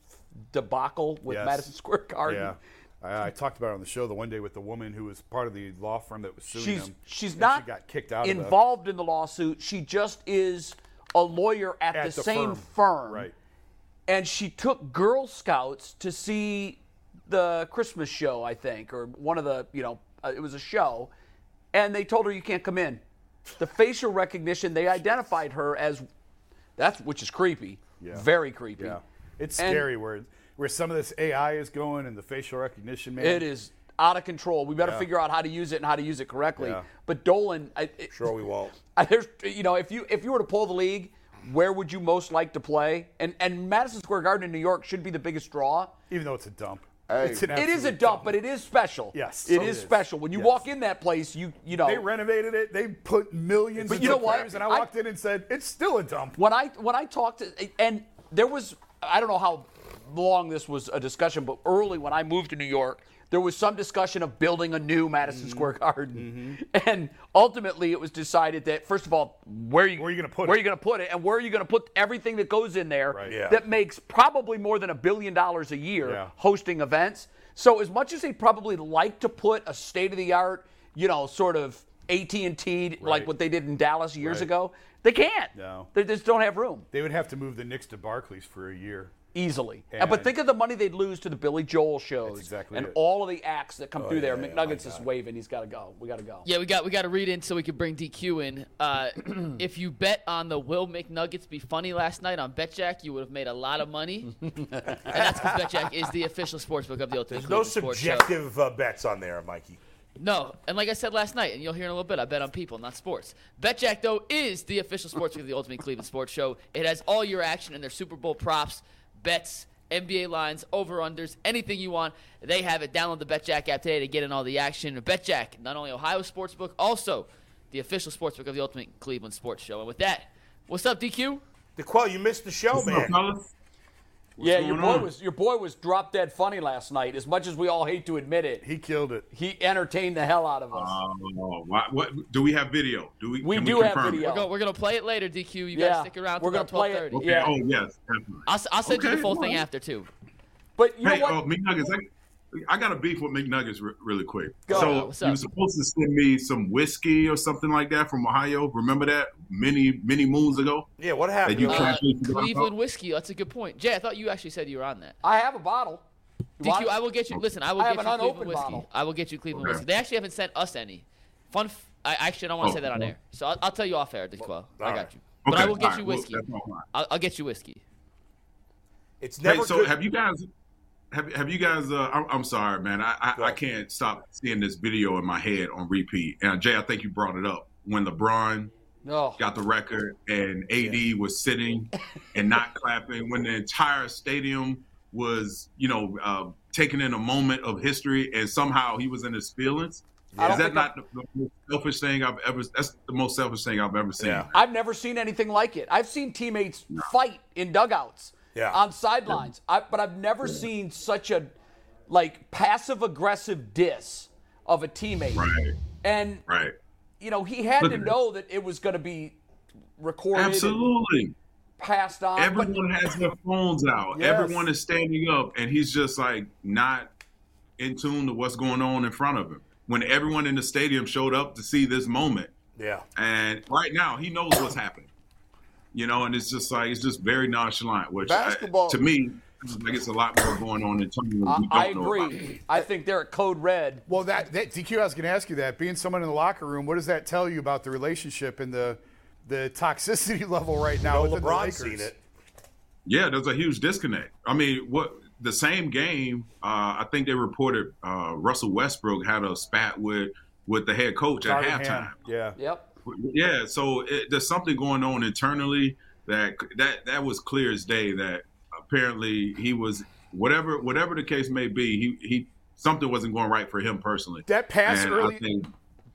[SPEAKER 2] debacle with
[SPEAKER 5] Yes.
[SPEAKER 2] Madison Square Garden?
[SPEAKER 5] Yeah. I, I talked about it on the show the one day with the woman who was part of the law firm that was suing
[SPEAKER 2] she's
[SPEAKER 5] them.
[SPEAKER 2] she's
[SPEAKER 5] um, and
[SPEAKER 2] not
[SPEAKER 5] She got kicked out. Of
[SPEAKER 2] involved in the lawsuit. She just is a lawyer at,
[SPEAKER 5] the, at
[SPEAKER 2] the, same firm.
[SPEAKER 5] firm. Right.
[SPEAKER 2] And she took Girl Scouts to see the Christmas show, I think, or one of the you know uh, it was a show, and they told her you can't come in. The facial recognition they identified her as that's which is creepy, very creepy.
[SPEAKER 5] Yeah. It's
[SPEAKER 2] And-
[SPEAKER 5] scary where where some of this AI is going and the facial recognition man.
[SPEAKER 2] It is out of control. We better
[SPEAKER 5] Yeah.
[SPEAKER 2] figure out how to use it and how to use it correctly.
[SPEAKER 5] Yeah.
[SPEAKER 2] But Dolan, I, it-
[SPEAKER 3] Sure, we won't.
[SPEAKER 2] I- there's you know if you if you were to pull the league where would you most like to play and and madison square garden in new york should be the biggest draw
[SPEAKER 5] even though it's a dump.
[SPEAKER 4] Hey.
[SPEAKER 5] It's an
[SPEAKER 2] it is a
[SPEAKER 5] absolute
[SPEAKER 2] dump but it is special
[SPEAKER 5] Yes,
[SPEAKER 2] it is
[SPEAKER 5] so it is.
[SPEAKER 2] special when you
[SPEAKER 5] Yes.
[SPEAKER 2] walk in that place you you know
[SPEAKER 5] They renovated it. They put millions.
[SPEAKER 2] But
[SPEAKER 5] into
[SPEAKER 2] you know what?
[SPEAKER 5] players, And I
[SPEAKER 2] I-
[SPEAKER 5] walked in and said, "It's still a dump."
[SPEAKER 2] when i when i talked to and there was i don't know how long this was a discussion but early when i moved to new york there was some discussion of building a new
[SPEAKER 5] Mm-hmm.
[SPEAKER 2] madison square garden and ultimately it was decided that first of all where you
[SPEAKER 5] Where are you gonna put
[SPEAKER 2] where
[SPEAKER 5] it?
[SPEAKER 2] you going to put it and where are you going to put everything that goes in there
[SPEAKER 5] Right.
[SPEAKER 3] Yeah.
[SPEAKER 2] that makes probably more than a billion dollars a year
[SPEAKER 5] Yeah.
[SPEAKER 2] hosting events. So as much as they probably like to put a state of the art, you know, sort of AT&T like
[SPEAKER 5] Right.
[SPEAKER 2] what they did in Dallas years
[SPEAKER 5] Right.
[SPEAKER 2] ago, they can't.
[SPEAKER 5] No.
[SPEAKER 2] They just don't have room
[SPEAKER 5] They would have to move the Knicks to Barclays for a year.
[SPEAKER 2] easily.
[SPEAKER 5] And-
[SPEAKER 2] but think of the money they'd lose to the Billy Joel shows
[SPEAKER 5] exactly
[SPEAKER 2] and
[SPEAKER 5] it. Oh,
[SPEAKER 2] all of the acts that come through there.
[SPEAKER 3] yeah, yeah, my
[SPEAKER 2] McNuggets is waving, he's got to go. We got to go.
[SPEAKER 6] Yeah, we got we got to read in so we can bring DQ in. Uh, if you bet on the Will McNuggets be funny last night on BetJack, you would have made a lot of money. and that's because BetJack is the official sportsbook of the Ultimate
[SPEAKER 3] No
[SPEAKER 6] Collision Sports Show.
[SPEAKER 3] subjective uh, bets on there, Mikey.
[SPEAKER 6] No, and like I said last night, and you'll hear in a little bit, I bet on people, not sports. BetJack, though, is the official sports of the Ultimate Cleveland Sports Show. It has all your action and their Super Bowl props, bets, NBA lines, over-unders, anything you want. They have it. Download the BetJack app today to get in all the action. BetJack, not only Ohio Sportsbook, also the official sportsbook of the Ultimate Cleveland Sports Show. And with that, what's up, DQ?
[SPEAKER 3] DeQuell, you missed the show, man.
[SPEAKER 2] yeah, your
[SPEAKER 5] going
[SPEAKER 2] boy
[SPEAKER 5] on?
[SPEAKER 2] was your boy was drop dead funny last night. As much as we all hate to admit it,
[SPEAKER 7] He killed it.
[SPEAKER 2] he entertained the hell out of us.
[SPEAKER 5] Oh, what, what do we have video? Do we?
[SPEAKER 2] We
[SPEAKER 5] can
[SPEAKER 2] do
[SPEAKER 5] we
[SPEAKER 2] have
[SPEAKER 5] confirm
[SPEAKER 2] video.
[SPEAKER 5] It?
[SPEAKER 6] Go- We're gonna play it later, DQ. You
[SPEAKER 2] Yeah,
[SPEAKER 6] guys stick around.
[SPEAKER 2] we're
[SPEAKER 6] till about
[SPEAKER 2] gonna play it.
[SPEAKER 6] 12:30.
[SPEAKER 5] Okay.
[SPEAKER 2] Yeah.
[SPEAKER 5] Oh yes, definitely.
[SPEAKER 6] I'll, s- I'll send you
[SPEAKER 5] Okay,
[SPEAKER 6] the full thing
[SPEAKER 5] alright.
[SPEAKER 6] after too.
[SPEAKER 2] but you
[SPEAKER 5] hey,
[SPEAKER 2] know what?
[SPEAKER 5] oh, McNuggets, I, I got a beef with McNuggets re- really quick.
[SPEAKER 2] Go.
[SPEAKER 5] so
[SPEAKER 6] Uh, What's
[SPEAKER 5] you
[SPEAKER 6] up?
[SPEAKER 5] were supposed to send me some whiskey or something like that from Ohio. Remember that many many moons ago?
[SPEAKER 3] Yeah, what
[SPEAKER 5] That
[SPEAKER 3] happened?
[SPEAKER 5] you
[SPEAKER 3] Uh,
[SPEAKER 6] Uh,
[SPEAKER 5] can't
[SPEAKER 6] Cleveland whiskey. That's a good point. Jay, I thought you actually said you were on that.
[SPEAKER 2] I have a bottle. You want
[SPEAKER 6] DQ,
[SPEAKER 2] it?
[SPEAKER 6] I will get you. Listen, I will
[SPEAKER 2] I have
[SPEAKER 6] get
[SPEAKER 2] an
[SPEAKER 6] you Cleveland
[SPEAKER 2] unopened
[SPEAKER 6] whiskey.
[SPEAKER 2] bottle.
[SPEAKER 6] I will get you Cleveland
[SPEAKER 5] Okay.
[SPEAKER 6] whiskey. They actually haven't sent us any. Fun. F- I actually I don't want to
[SPEAKER 5] Oh,
[SPEAKER 6] say that on
[SPEAKER 5] well.
[SPEAKER 6] air, so I'll, I'll tell you off air, DQ. I got
[SPEAKER 3] alright.
[SPEAKER 6] you. But I
[SPEAKER 5] Okay,
[SPEAKER 6] will get
[SPEAKER 5] alright,
[SPEAKER 6] you
[SPEAKER 5] well,
[SPEAKER 6] whiskey.
[SPEAKER 5] that's all right.
[SPEAKER 6] I'll, I'll get you whiskey.
[SPEAKER 3] it's
[SPEAKER 5] Hey,
[SPEAKER 3] never
[SPEAKER 5] so
[SPEAKER 3] good.
[SPEAKER 5] have you guys? Have, have you guys? Uh, I'm, I'm sorry, man. I, I, I can't stop seeing this video in my head on repeat. And Jay, I think you brought it up when LeBron
[SPEAKER 2] No.
[SPEAKER 5] got the record and AD was sitting and not clapping when the entire stadium was, you know, uh, taking in a moment of history and somehow he was in his feelings.
[SPEAKER 2] I don't
[SPEAKER 5] Is that
[SPEAKER 2] think
[SPEAKER 5] not the, the most selfish thing I've ever? That's the most selfish thing I've ever seen.
[SPEAKER 3] Yeah.
[SPEAKER 2] I've never seen anything like it. I've seen teammates fight in dugouts,
[SPEAKER 3] Yeah.
[SPEAKER 2] on sidelines, I, but I've never seen such a like passive aggressive diss of a teammate.
[SPEAKER 5] Right,
[SPEAKER 2] And
[SPEAKER 5] right,
[SPEAKER 2] you know he had
[SPEAKER 5] Look
[SPEAKER 2] to
[SPEAKER 5] at
[SPEAKER 2] know that it was going to be recorded, and
[SPEAKER 5] absolutely.
[SPEAKER 2] passed on. but-
[SPEAKER 5] Everyone has their phones out.
[SPEAKER 7] Yes.
[SPEAKER 5] Everyone is standing up, and he's just like not in tune to what's going on in front of him. When everyone in the stadium showed up to see this moment,
[SPEAKER 3] yeah.
[SPEAKER 5] and right now he knows what's happening. You know, and it's just like it's just very nonchalant. Which I-
[SPEAKER 4] Basketball-
[SPEAKER 5] to me, like it's a lot more going on in terms of we don't
[SPEAKER 2] I, I
[SPEAKER 5] know about.
[SPEAKER 2] agree. I think they're at code red.
[SPEAKER 7] Well, that, that DQ, I was going to ask you that. Being someone in the locker room, what does that tell you about the relationship and the the toxicity level right now?
[SPEAKER 3] Oh,
[SPEAKER 7] within the
[SPEAKER 3] LeBron's
[SPEAKER 7] Lakers?
[SPEAKER 3] seen it.
[SPEAKER 5] Yeah, there's a huge disconnect. I mean, what the same game? Uh, I think they reported uh, Russell Westbrook had a spat with with the head coach at
[SPEAKER 7] Darvin
[SPEAKER 5] halftime.
[SPEAKER 7] Ham, Yeah.
[SPEAKER 2] Yep.
[SPEAKER 5] Yeah, so it, there's something going on internally that that that was clear as day that apparently he was whatever whatever the case may be, he he something wasn't going right for him personally.
[SPEAKER 7] That pass
[SPEAKER 5] And I
[SPEAKER 7] early,
[SPEAKER 5] think-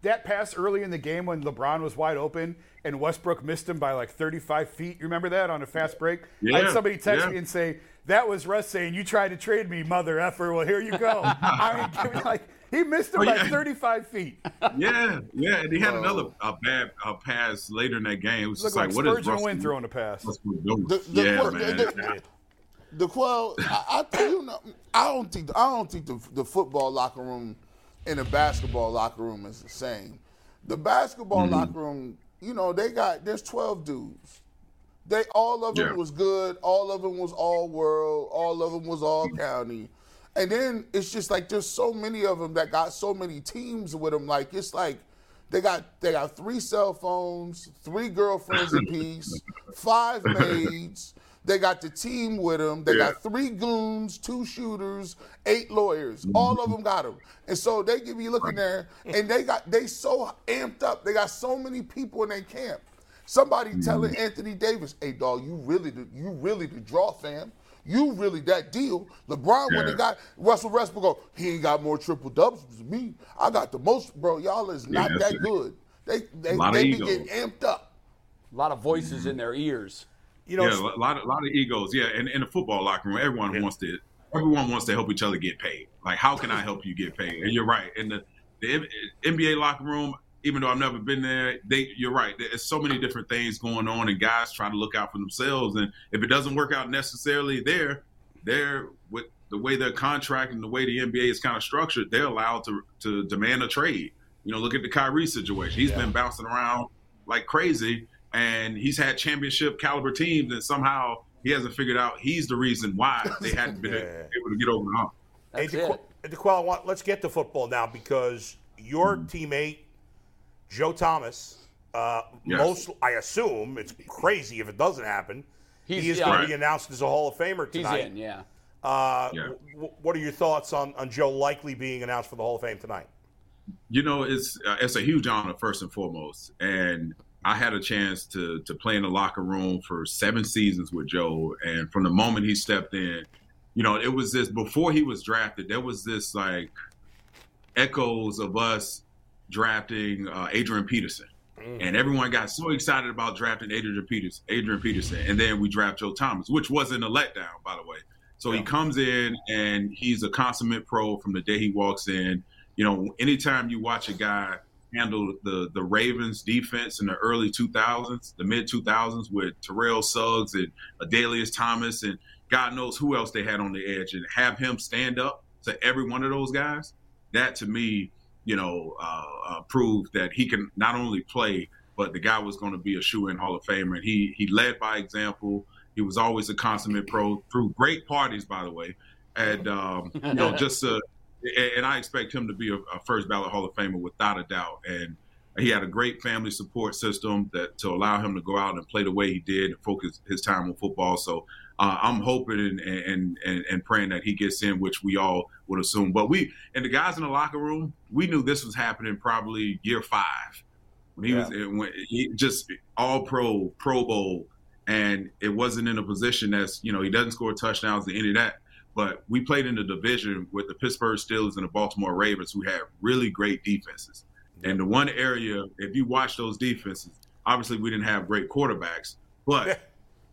[SPEAKER 7] that pass early in the game when LeBron was wide open and Westbrook missed him by like 35 feet. You remember that on a fast break? I had
[SPEAKER 5] Yeah,
[SPEAKER 7] somebody text
[SPEAKER 5] yeah.
[SPEAKER 7] me and say, "That was Russ saying you tried to trade me, mother effer." Well, here you go. I mean, give me, like he missed him
[SPEAKER 5] Oh,
[SPEAKER 7] by
[SPEAKER 5] yeah.
[SPEAKER 7] 35 feet.
[SPEAKER 5] yeah, yeah, and he had another a bad a pass later in that game. It was
[SPEAKER 7] Look
[SPEAKER 5] just
[SPEAKER 7] like,
[SPEAKER 5] like, what is
[SPEAKER 7] Spurgeon
[SPEAKER 5] Russell,
[SPEAKER 7] Wynn throwing a pass.
[SPEAKER 5] Westbrook doing?
[SPEAKER 4] The- the-
[SPEAKER 5] yeah,
[SPEAKER 4] the-
[SPEAKER 5] man.
[SPEAKER 4] the- The quell, I, I you know, I don't think I don't think the, the football locker room and the basketball locker room is the same. The basketball
[SPEAKER 5] Mm-hmm.
[SPEAKER 4] locker room, you know, they got there's twelve dudes. They all of them
[SPEAKER 5] Yeah.
[SPEAKER 4] was good. All of them was all world. All of them was all county. And then it's just like there's so many of them that got so many teams with them. Like it's like they got they got three cell phones, three girlfriends apiece, five maids. They got the team with them. They got three goons, two shooters, eight lawyers. All of them got them. And so they give you looking there, and they got they so amped up. They got so many people in their camp. Somebody telling
[SPEAKER 5] Mm-hmm.
[SPEAKER 4] Anthony Davis, "Hey, dog, you really, the, you really the draw, fam. You really that deal." LeBron when
[SPEAKER 5] Yeah.
[SPEAKER 4] he got Russell Westbrook, go, he ain't got more triple doubles than me. I got the most, bro. Y'all is not
[SPEAKER 5] Yeah, that's
[SPEAKER 4] that
[SPEAKER 5] it.
[SPEAKER 4] good. They, they,
[SPEAKER 5] Lot of
[SPEAKER 4] they be
[SPEAKER 5] ego.
[SPEAKER 4] getting amped up.
[SPEAKER 2] A lot of voices in their ears.
[SPEAKER 3] You know,
[SPEAKER 5] yeah, a lot of lot of egos. Yeah, and in the football locker room, everyone wants to everyone wants to help each other get paid. Like, how can I help you get paid? And you're right. In the, the M- NBA locker room, even though I've never been there, they you're right. There's so many different things going on, and guys trying to look out for themselves. And if it doesn't work out necessarily there, they're with the way their contract and the way the NBA is kind of structured, they're allowed to to demand a trade. You know, look at the Kyrie situation. He's been bouncing around like crazy, and he's had championship caliber teams, and somehow he hasn't figured out he's the reason why they hadn't been
[SPEAKER 3] Yeah.
[SPEAKER 5] able to get over the hump.
[SPEAKER 3] Hey,
[SPEAKER 2] That's
[SPEAKER 3] DeQu- DeQuell, I want, let's get to football now because your
[SPEAKER 2] Hmm.
[SPEAKER 3] teammate, Joe Thomas, uh,
[SPEAKER 5] Yes.
[SPEAKER 3] most I assume it's crazy if it doesn't happen.
[SPEAKER 2] He's-
[SPEAKER 3] he is
[SPEAKER 2] yeah.
[SPEAKER 3] going
[SPEAKER 5] Right.
[SPEAKER 3] to be announced as a Hall of Famer
[SPEAKER 2] He's
[SPEAKER 3] tonight.
[SPEAKER 2] in, yeah.
[SPEAKER 3] Uh,
[SPEAKER 5] Yeah.
[SPEAKER 3] w- what are your thoughts on, on Joe likely being announced for the Hall of Fame tonight?
[SPEAKER 5] You know, it's uh, it's a huge honor first and foremost, and I had a chance to to play in the locker room for seven seasons with Joe, and from the moment he stepped in, you know, it was this before he was drafted. There was this like echoes of us drafting uh, Adrian Peterson. And everyone got so excited about drafting Adrian Peterson, Adrian Peterson, and then we draft Joe Thomas, which wasn't a letdown, by the way. So he comes in and he's a consummate pro from the day he walks in. You know, anytime you watch a guy handle the the Ravens defense in the early 2000s, the mid 2000s with Terrell Suggs and Adelius Thomas and God knows who else they had on the edge, and have him stand up to every one of those guys. That to me, you know, uh, uh, proved that he can not only play, but the guy was going to be a shoe in Hall of Famer. And he he led by example. He was always a consummate pro through great parties, by the way, and um, you know just uh, and, and I expect him to be a, a first ballot Hall of Famer without a doubt. And he had a great family support system that to allow him to go out and play the way he did and focus his time on football. So uh, I'm hoping and, and and and praying that he gets in, which we all would assume. But we and the guys in the locker room, we knew this was happening probably year five when he was when he just all pro Pro Bowl, and it wasn't in a position that's you know he doesn't score touchdowns and any of that. But we played in the division with the Pittsburgh Steelers and the Baltimore Ravens, who had really great defenses. And the one area, if you watch those defenses, obviously we didn't have great quarterbacks, but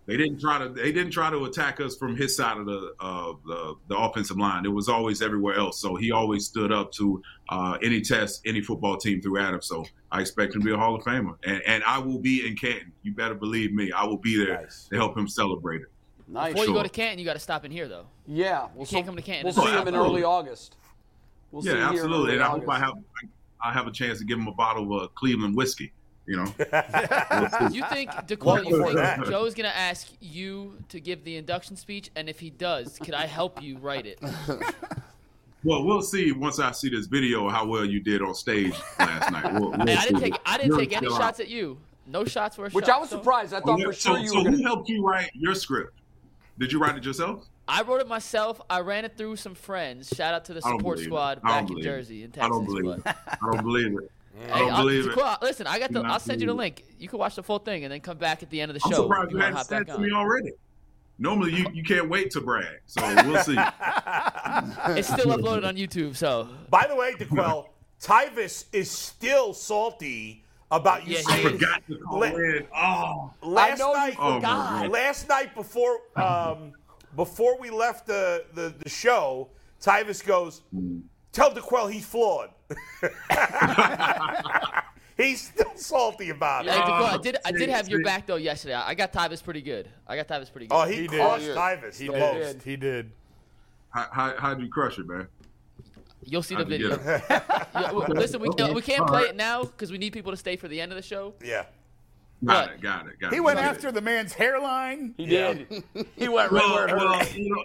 [SPEAKER 5] they didn't try to they didn't try to attack us from his side of the uh, the, the offensive line. It was always everywhere else. So he always stood up to uh, any test any football team threw at him. So I expect him to be a Hall of Famer, and and I will be in Canton. You better believe me, I will be there
[SPEAKER 3] Nice.
[SPEAKER 5] to help him celebrate it.
[SPEAKER 2] Nice.
[SPEAKER 6] Before you go
[SPEAKER 5] Sure.
[SPEAKER 6] to Canton, you got to stop in here though.
[SPEAKER 2] yeah, we'll
[SPEAKER 6] can't
[SPEAKER 2] see-
[SPEAKER 6] come to Canton.
[SPEAKER 2] We'll
[SPEAKER 6] It's
[SPEAKER 2] see him in early
[SPEAKER 5] absolutely.
[SPEAKER 2] August. We'll see
[SPEAKER 5] yeah,
[SPEAKER 2] him here in
[SPEAKER 5] absolutely.
[SPEAKER 2] early
[SPEAKER 5] And I hope I
[SPEAKER 2] August.
[SPEAKER 5] have I have a chance to give him a bottle of uh, Cleveland whiskey. You know,
[SPEAKER 6] You think, DeCoy, you
[SPEAKER 3] Before
[SPEAKER 6] think
[SPEAKER 3] that.
[SPEAKER 6] Joe's going to ask you to give the induction speech? And if he does, could I help you write it?
[SPEAKER 5] well, we'll see once I see this video how well you did on stage last night. We'll, we'll
[SPEAKER 6] Hey, I didn't
[SPEAKER 5] see.
[SPEAKER 6] take I didn't
[SPEAKER 5] You're
[SPEAKER 6] take any
[SPEAKER 5] still out.
[SPEAKER 6] shots at you. No shots were a
[SPEAKER 2] Which
[SPEAKER 6] shot,
[SPEAKER 2] I was
[SPEAKER 6] so-
[SPEAKER 2] surprised. I thought for
[SPEAKER 5] Oh, so,
[SPEAKER 2] sure you
[SPEAKER 5] so
[SPEAKER 2] were
[SPEAKER 5] who
[SPEAKER 2] going to.
[SPEAKER 5] helped you write your script? Did you write it yourself?
[SPEAKER 6] I wrote it myself. I ran it through some friends. Shout out to the
[SPEAKER 5] I don't
[SPEAKER 6] support
[SPEAKER 5] believe it.
[SPEAKER 6] squad
[SPEAKER 5] I don't
[SPEAKER 6] back in
[SPEAKER 5] believe it.
[SPEAKER 6] Jersey in Texas.
[SPEAKER 5] I don't believe it.
[SPEAKER 6] but-
[SPEAKER 5] I don't believe it. I
[SPEAKER 6] Hey,
[SPEAKER 5] don't
[SPEAKER 6] I'll-
[SPEAKER 5] believe it.
[SPEAKER 6] Cool. Listen, I got the.
[SPEAKER 5] Not
[SPEAKER 6] I'll send you the
[SPEAKER 5] believe
[SPEAKER 6] link. You can watch the full thing and then come back at the end of the
[SPEAKER 5] I'm
[SPEAKER 6] show.
[SPEAKER 5] surprised
[SPEAKER 6] if
[SPEAKER 5] you
[SPEAKER 6] wanna
[SPEAKER 5] hadn't
[SPEAKER 6] hop
[SPEAKER 5] said
[SPEAKER 6] back
[SPEAKER 5] to me
[SPEAKER 6] on.
[SPEAKER 5] already. Normally you, you can't wait to brag, so we'll see.
[SPEAKER 6] It's still uploaded on YouTube, so
[SPEAKER 3] By the way, DeQuell, Tyvis is still salty about you
[SPEAKER 6] Yeah, he
[SPEAKER 5] I
[SPEAKER 3] saying
[SPEAKER 5] forgot to call
[SPEAKER 3] Let-
[SPEAKER 5] in. Oh,
[SPEAKER 3] last
[SPEAKER 2] I know you
[SPEAKER 3] night.
[SPEAKER 5] oh my
[SPEAKER 6] God.
[SPEAKER 5] God.
[SPEAKER 3] Last night before um, before we left the, the, the show, Tyvis goes, "Tell DeQuell he's flawed." he's still salty about
[SPEAKER 6] Hey,
[SPEAKER 3] it.
[SPEAKER 6] DeQuan, I
[SPEAKER 5] Oh,
[SPEAKER 6] did. I did
[SPEAKER 5] shit,
[SPEAKER 6] have your
[SPEAKER 5] shit.
[SPEAKER 6] back though yesterday. I I got Tyvis pretty good. I got Tyvis pretty good.
[SPEAKER 3] Oh, he,
[SPEAKER 8] He did.
[SPEAKER 3] crushed
[SPEAKER 4] Yeah.
[SPEAKER 3] Tyvis
[SPEAKER 8] He
[SPEAKER 3] the most.
[SPEAKER 8] did. He did.
[SPEAKER 5] How, how, how'd you crush it, man?
[SPEAKER 6] You'll see the
[SPEAKER 5] How'd you
[SPEAKER 6] video.
[SPEAKER 5] get it?
[SPEAKER 6] Yeah, well, listen, we,
[SPEAKER 5] Okay.
[SPEAKER 6] uh, we can't
[SPEAKER 5] All
[SPEAKER 6] play
[SPEAKER 5] right.
[SPEAKER 6] it now because we need people to stay for the end of the show.
[SPEAKER 3] Yeah.
[SPEAKER 5] Got it, got it, got it.
[SPEAKER 8] He went
[SPEAKER 5] Got it.
[SPEAKER 8] after the man's hairline.
[SPEAKER 2] He did. he went right where it hurt.
[SPEAKER 5] well, you know,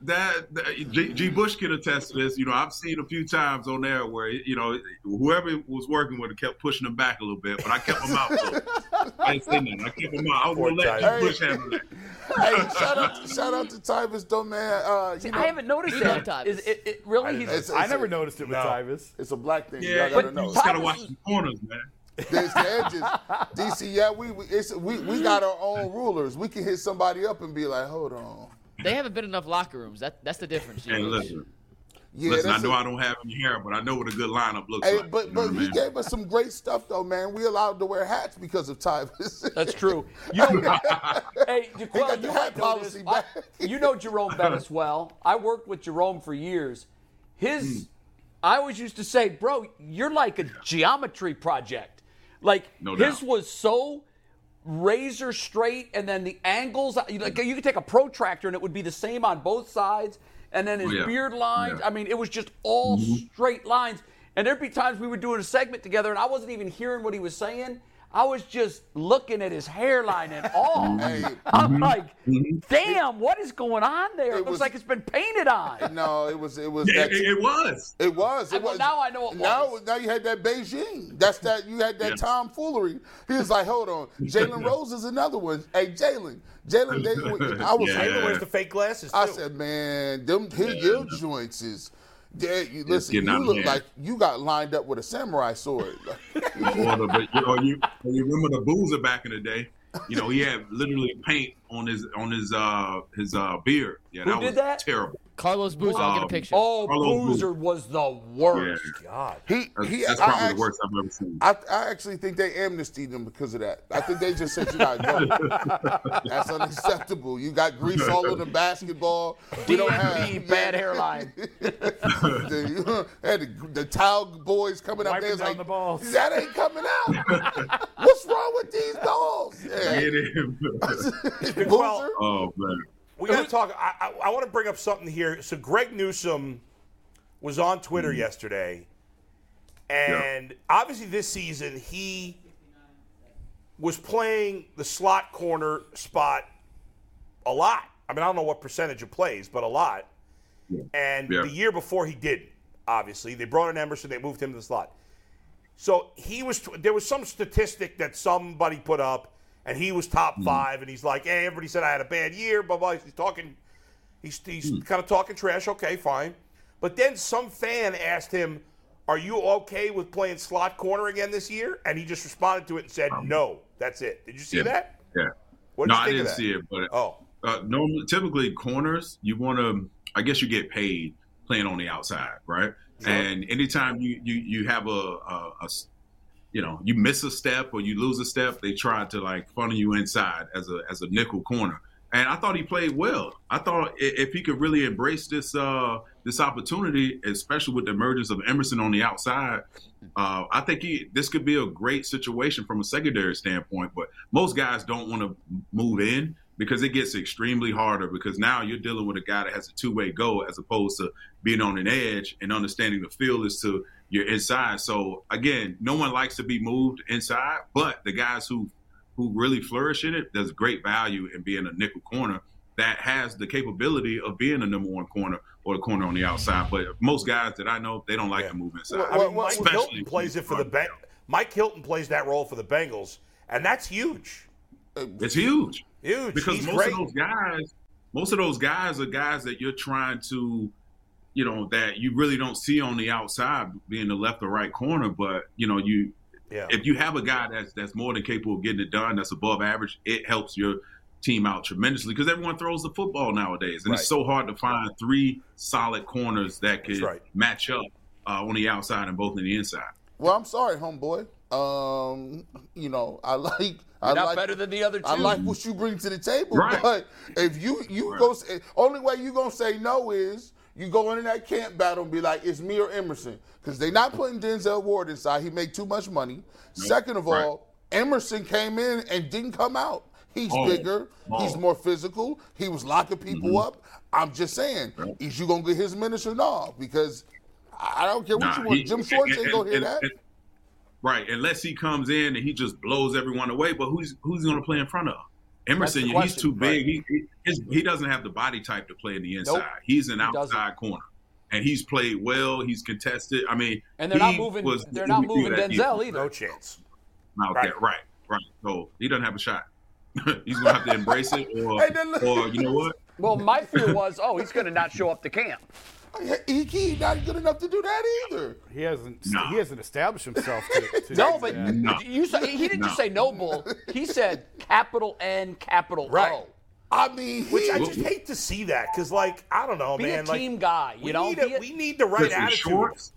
[SPEAKER 5] that, that- G, G. Bush can attest to this. You know, I've seen a few times on there where you know whoever was working with it kept pushing him back a little bit, but I kept him out. I ain't saying nothing. I kept him out. I
[SPEAKER 3] Poor
[SPEAKER 5] would let
[SPEAKER 3] guy.
[SPEAKER 5] G. Bush handle that.
[SPEAKER 4] hey, shout out, to, shout out to Tyvis Domain. Uh, you know,
[SPEAKER 2] I haven't noticed
[SPEAKER 6] You love
[SPEAKER 2] that.
[SPEAKER 6] Tyvus.
[SPEAKER 2] Is it, it really?
[SPEAKER 4] it's-
[SPEAKER 2] He's,
[SPEAKER 4] it's
[SPEAKER 8] I never
[SPEAKER 4] a,
[SPEAKER 8] noticed it with
[SPEAKER 3] No.
[SPEAKER 8] Tyvis.
[SPEAKER 4] It's a black thing.
[SPEAKER 5] Yeah,
[SPEAKER 4] Y'all gotta
[SPEAKER 5] but
[SPEAKER 4] know.
[SPEAKER 5] you just gotta watch the corners, man.
[SPEAKER 4] There's the edges. DC, yeah, we we, it's, we we got our own rulers. We can hit somebody up and be like, hold on.
[SPEAKER 6] They haven't been in enough locker rooms. That that's the difference.
[SPEAKER 5] Hey,
[SPEAKER 6] G-Bush.
[SPEAKER 5] listen,
[SPEAKER 4] Yeah,
[SPEAKER 5] listen. I
[SPEAKER 4] that's
[SPEAKER 5] know
[SPEAKER 4] a-
[SPEAKER 5] I I don't have any hair, but I know what a good lineup looks
[SPEAKER 4] Hey,
[SPEAKER 5] like.
[SPEAKER 4] but
[SPEAKER 5] you know
[SPEAKER 4] but
[SPEAKER 5] what I
[SPEAKER 4] he
[SPEAKER 5] mean?
[SPEAKER 4] gave us some great stuff though, man. We allowed to wear hats because of Tyvis.
[SPEAKER 2] that's true. You know, hey,
[SPEAKER 4] got
[SPEAKER 2] DeQuell,
[SPEAKER 4] the
[SPEAKER 2] you might
[SPEAKER 4] hat
[SPEAKER 2] know this.
[SPEAKER 4] policy
[SPEAKER 2] I-
[SPEAKER 4] back.
[SPEAKER 2] you know Jerome Bettis well. I worked with Jerome for years.
[SPEAKER 4] Hmm.
[SPEAKER 2] His, I always used to say, bro, you're like a geometry project. Like
[SPEAKER 5] No
[SPEAKER 2] his
[SPEAKER 5] doubt.
[SPEAKER 2] was so razor straight, and then the angles. you- Like you could take a protractor, and it would be the same on both sides. And then his
[SPEAKER 5] Oh, yeah.
[SPEAKER 2] beard lines.
[SPEAKER 5] Yeah.
[SPEAKER 2] I mean, it was just all
[SPEAKER 5] Mm-hmm.
[SPEAKER 2] straight lines. And there'd be times we were doing a segment together, and I wasn't even hearing what he was saying. I was just looking at his hairline and all.
[SPEAKER 5] Mm-hmm.
[SPEAKER 2] I'm like, damn, what is going on there? It, looks
[SPEAKER 4] was-
[SPEAKER 2] like it's been painted on.
[SPEAKER 4] no, it was it was
[SPEAKER 5] It,
[SPEAKER 4] that
[SPEAKER 5] it- it was.
[SPEAKER 4] It was. It
[SPEAKER 2] well,
[SPEAKER 4] was.
[SPEAKER 2] now I know it
[SPEAKER 4] Now,
[SPEAKER 2] was.
[SPEAKER 4] now you had that Beijing. That's that. You had that
[SPEAKER 5] Yeah.
[SPEAKER 4] tomfoolery. He was like, hold on. Jalen Rose is another one. Hey, Jalen. Jalen, they- I was.
[SPEAKER 5] Yeah.
[SPEAKER 3] Taylor wears the fake glasses too.
[SPEAKER 4] I said, man, them his your joints is. Yeah, you, listen,
[SPEAKER 5] getting out
[SPEAKER 4] you
[SPEAKER 5] of
[SPEAKER 4] look
[SPEAKER 5] hand.
[SPEAKER 4] like you got lined up with a samurai sword.
[SPEAKER 5] or the, but, you, know, you, you remember the Boozer back in the day? You know, he had literally paint on his on his uh his uh beard. Yeah,
[SPEAKER 2] Who
[SPEAKER 5] that
[SPEAKER 2] did
[SPEAKER 5] was
[SPEAKER 2] that?
[SPEAKER 5] terrible.
[SPEAKER 6] Carlos Boozer, I'll get a
[SPEAKER 5] Um,
[SPEAKER 6] picture.
[SPEAKER 2] Oh,
[SPEAKER 5] Carlos
[SPEAKER 2] Boozer was the worst. God.
[SPEAKER 4] He,
[SPEAKER 5] That's,
[SPEAKER 4] he,
[SPEAKER 5] that's
[SPEAKER 4] I
[SPEAKER 5] probably the
[SPEAKER 4] actually-
[SPEAKER 5] worst I've ever seen.
[SPEAKER 4] I, I actually think they amnestied him because of that. I think they just said you got to go. That's unacceptable. You got grease all in the basketball. We don't
[SPEAKER 2] DNP,
[SPEAKER 4] have
[SPEAKER 2] bad hairline.
[SPEAKER 4] the, had the, the towel boys coming
[SPEAKER 1] Wiping
[SPEAKER 4] out there. It's
[SPEAKER 1] down
[SPEAKER 4] like,
[SPEAKER 1] the balls.
[SPEAKER 4] That ain't coming out. What's wrong with these balls? Yeah.
[SPEAKER 5] Get him.
[SPEAKER 4] Boozer?
[SPEAKER 5] oh man.
[SPEAKER 3] We got to talk. I, I, I want to bring up something here. So Greg Newsom was on Twitter yesterday, and obviously this season he was playing the slot corner spot a lot. I mean, I don't know what percentage of plays, but a lot. And
[SPEAKER 5] Yeah.
[SPEAKER 3] the year before he didn't. Obviously, they brought in Emerson. They moved him to the slot. So he was. There was some statistic that somebody put up, and he was top
[SPEAKER 5] Hmm.
[SPEAKER 3] five. And he's like, "Hey, everybody said I had a bad year." Blah blah. He's talking. He's he's
[SPEAKER 5] Hmm.
[SPEAKER 3] kind of talking trash. Okay, fine. But then some fan asked him, "Are you okay with playing slot corner again this year?" And he just responded to it and said, "No, that's it." Did you see
[SPEAKER 5] Um, Yeah.
[SPEAKER 3] that?
[SPEAKER 5] Yeah.
[SPEAKER 3] What did
[SPEAKER 5] No,
[SPEAKER 3] you
[SPEAKER 5] I
[SPEAKER 3] think
[SPEAKER 5] didn't
[SPEAKER 3] of that?
[SPEAKER 5] see it, but
[SPEAKER 3] Oh,
[SPEAKER 5] uh, normally, typically corners, you want to. I guess you get paid playing on the outside, right? And anytime you you you have a, a, a s- you know you miss a step or you lose a step, they try to like funnel you inside as a as a nickel corner. And I thought he played well. I thought i- if he could really embrace this uh, this opportunity, especially with the emergence of Emerson on the outside, uh, I think he, this could be a great situation from a secondary standpoint. But most guys don't want to move in because it gets extremely harder because now you're dealing with a guy that has a two-way go as opposed to being on an edge and understanding the field is to your inside. So again, no one likes to be moved inside, but the guys who who really flourish in it, there's great value in being a nickel corner that has the capability of being a number one corner or a corner on the outside. But most guys that I know, they don't like to move inside.
[SPEAKER 3] I mean, Mike
[SPEAKER 5] Especially
[SPEAKER 3] Hilton plays it for the Bengals. Mike Hilton plays that role for the Bengals, and that's huge.
[SPEAKER 5] It's huge.
[SPEAKER 3] Huge.
[SPEAKER 5] because
[SPEAKER 3] He's
[SPEAKER 5] most
[SPEAKER 3] great.
[SPEAKER 5] of those guys, most of those guys are guys that you're trying to, you know, that you really don't see on the outside being the left or right corner. But you know, you
[SPEAKER 3] yeah.
[SPEAKER 5] if you have a guy that's that's more than capable of getting it done, that's above average, it helps your team out tremendously because everyone throws the football nowadays, and
[SPEAKER 3] Right.
[SPEAKER 5] it's so hard to find three solid corners that
[SPEAKER 3] That's
[SPEAKER 5] could
[SPEAKER 3] right.
[SPEAKER 5] match up uh, on the outside and both on the inside.
[SPEAKER 4] Well, I'm sorry, homeboy. Um, you know, I like. I
[SPEAKER 2] Not
[SPEAKER 4] like,
[SPEAKER 2] better than the other two.
[SPEAKER 4] I like what you bring to the table,
[SPEAKER 5] Right.
[SPEAKER 4] but if you you
[SPEAKER 5] Right.
[SPEAKER 4] go, say- only way you gonna say no is you go into that camp battle and be like, it's me or Emerson, because they not putting Denzel Ward inside. He made too much money. Second of
[SPEAKER 5] Right.
[SPEAKER 4] all, Emerson came in and didn't come out. He's
[SPEAKER 5] Oh.
[SPEAKER 4] bigger. He's
[SPEAKER 5] Oh.
[SPEAKER 4] more physical. He was locking
[SPEAKER 5] Mm-hmm.
[SPEAKER 4] people up. I'm just saying, is you gonna get his minutes or not? Because I I don't care what
[SPEAKER 5] Nah,
[SPEAKER 4] you want.
[SPEAKER 5] he-
[SPEAKER 4] Jim Schwartz
[SPEAKER 5] and-
[SPEAKER 4] ain't gonna hear
[SPEAKER 5] and-
[SPEAKER 4] that.
[SPEAKER 5] and- right, unless he comes in and he just blows everyone away. But who's who's going to play in front of? Emerson,
[SPEAKER 2] That's the
[SPEAKER 5] he's too
[SPEAKER 2] question,
[SPEAKER 5] big. He, he, his- he doesn't have the body type to play in the inside.
[SPEAKER 2] Nope,
[SPEAKER 5] he's an
[SPEAKER 2] he doesn't.
[SPEAKER 5] outside corner, and he's played well. He's contested. I mean,
[SPEAKER 2] And they're not
[SPEAKER 5] he
[SPEAKER 2] moving.
[SPEAKER 5] was the
[SPEAKER 2] They're not
[SPEAKER 5] MVP
[SPEAKER 2] moving
[SPEAKER 5] that
[SPEAKER 2] Denzel
[SPEAKER 5] year.
[SPEAKER 2] either.
[SPEAKER 3] no chance.
[SPEAKER 5] Out
[SPEAKER 3] Right.
[SPEAKER 5] there, right, right. So he doesn't have a shot. he's going to have to embrace it, or,
[SPEAKER 4] Hey, then look-
[SPEAKER 5] or you know what?
[SPEAKER 2] Well, my fear was, oh, he's going to not show up to camp.
[SPEAKER 4] He, he not good enough to do that either.
[SPEAKER 1] He hasn't.
[SPEAKER 5] Nah.
[SPEAKER 1] He hasn't established himself. To, to
[SPEAKER 2] No,
[SPEAKER 1] do
[SPEAKER 2] but
[SPEAKER 1] that.
[SPEAKER 2] you saw, he didn't just
[SPEAKER 5] No.
[SPEAKER 2] say no bull. He said capital N, capital
[SPEAKER 3] Right.
[SPEAKER 2] O.
[SPEAKER 4] I mean,
[SPEAKER 3] Which I
[SPEAKER 4] he-
[SPEAKER 3] just hate to see that because, like, I don't know,
[SPEAKER 2] Be
[SPEAKER 3] man.
[SPEAKER 2] a
[SPEAKER 3] like,
[SPEAKER 2] team guy, you
[SPEAKER 3] we
[SPEAKER 2] know.
[SPEAKER 3] need
[SPEAKER 2] Be
[SPEAKER 3] a,
[SPEAKER 2] a-
[SPEAKER 3] we need the right
[SPEAKER 5] Listen,
[SPEAKER 3] attitude.
[SPEAKER 5] Schwartz,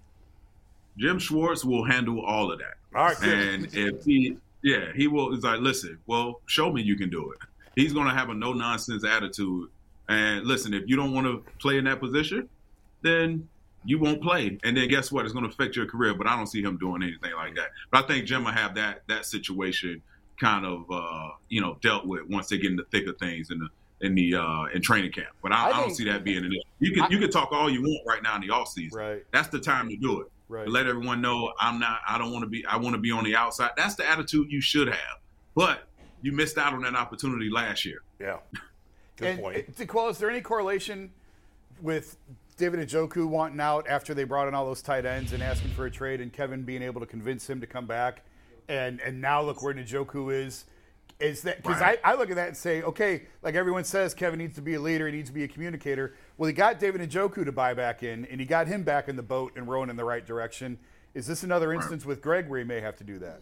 [SPEAKER 5] Jim Schwartz will handle all of that.
[SPEAKER 3] All right, good.
[SPEAKER 5] And if he, yeah, he will. He's like, listen, well, show me you can do it. He's going to have a no nonsense attitude. And listen, if you don't want to play in that position, then you won't play. And then guess what? It's going to affect your career. But I don't see him doing anything like that. But I think Jim will have that that situation kind of uh, you know dealt with once they get in the thick of things in the in the uh, in training camp. But
[SPEAKER 2] I
[SPEAKER 5] I, I, don't
[SPEAKER 2] think-
[SPEAKER 5] see that being an issue. You can you can talk all you want right now in the off season.
[SPEAKER 1] Right.
[SPEAKER 5] That's the time to do it.
[SPEAKER 1] Right.
[SPEAKER 5] Let everyone know I'm not. I don't want to be. I want to be on the outside. That's the attitude you should have. But you missed out on that opportunity last year.
[SPEAKER 3] Yeah. Good
[SPEAKER 1] And,
[SPEAKER 3] point.
[SPEAKER 1] uh, DeQuell, is there any correlation with David Njoku wanting out after they brought in all those tight ends and asking for a trade, and Kevin being able to convince him to come back, and and now look where Njoku is. Is that because
[SPEAKER 5] Right.
[SPEAKER 1] I, I look at that and say, okay, like everyone says, Kevin needs to be a leader, he needs to be a communicator. Well, he got David Njoku to buy back in, and he got him back in the boat and rowing in the right direction. Is this another instance with Greg where he may have to do that?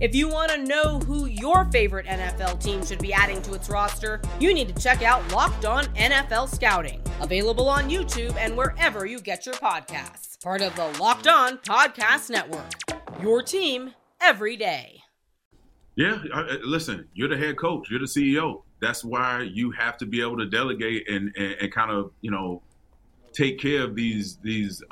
[SPEAKER 6] If you want to know who your favorite NFL team should be adding to its roster, you need to check out Locked On NFL Scouting, available on YouTube and wherever you get your podcasts. Part of the Locked On Podcast Network. Your team every day.
[SPEAKER 4] Yeah, I, I- listen, you're the head coach, you're the CEO. That's why you have to be able to delegate and, and, and kind of you know take care of these these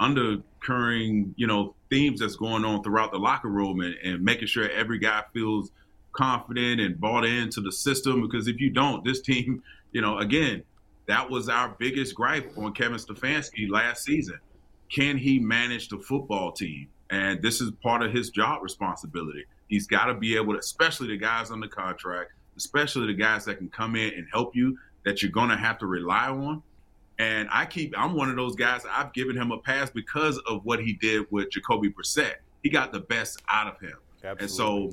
[SPEAKER 4] undercurring you know themes that's going on throughout the locker room and, and making sure every guy feels confident and bought into the system. Because if you don't, this team, you know, again, that was our biggest gripe on Kevin Stefanski last season. Can he manage the football team? And this is part of his job responsibility. He's got to be able to, especially the guys on the contract, especially the guys that can come in and help you that you're going to have to rely on. And I keep, I'm one of those guys, I've given him a pass because of what he did with Jacoby Brissett. He got the best out of him. And so,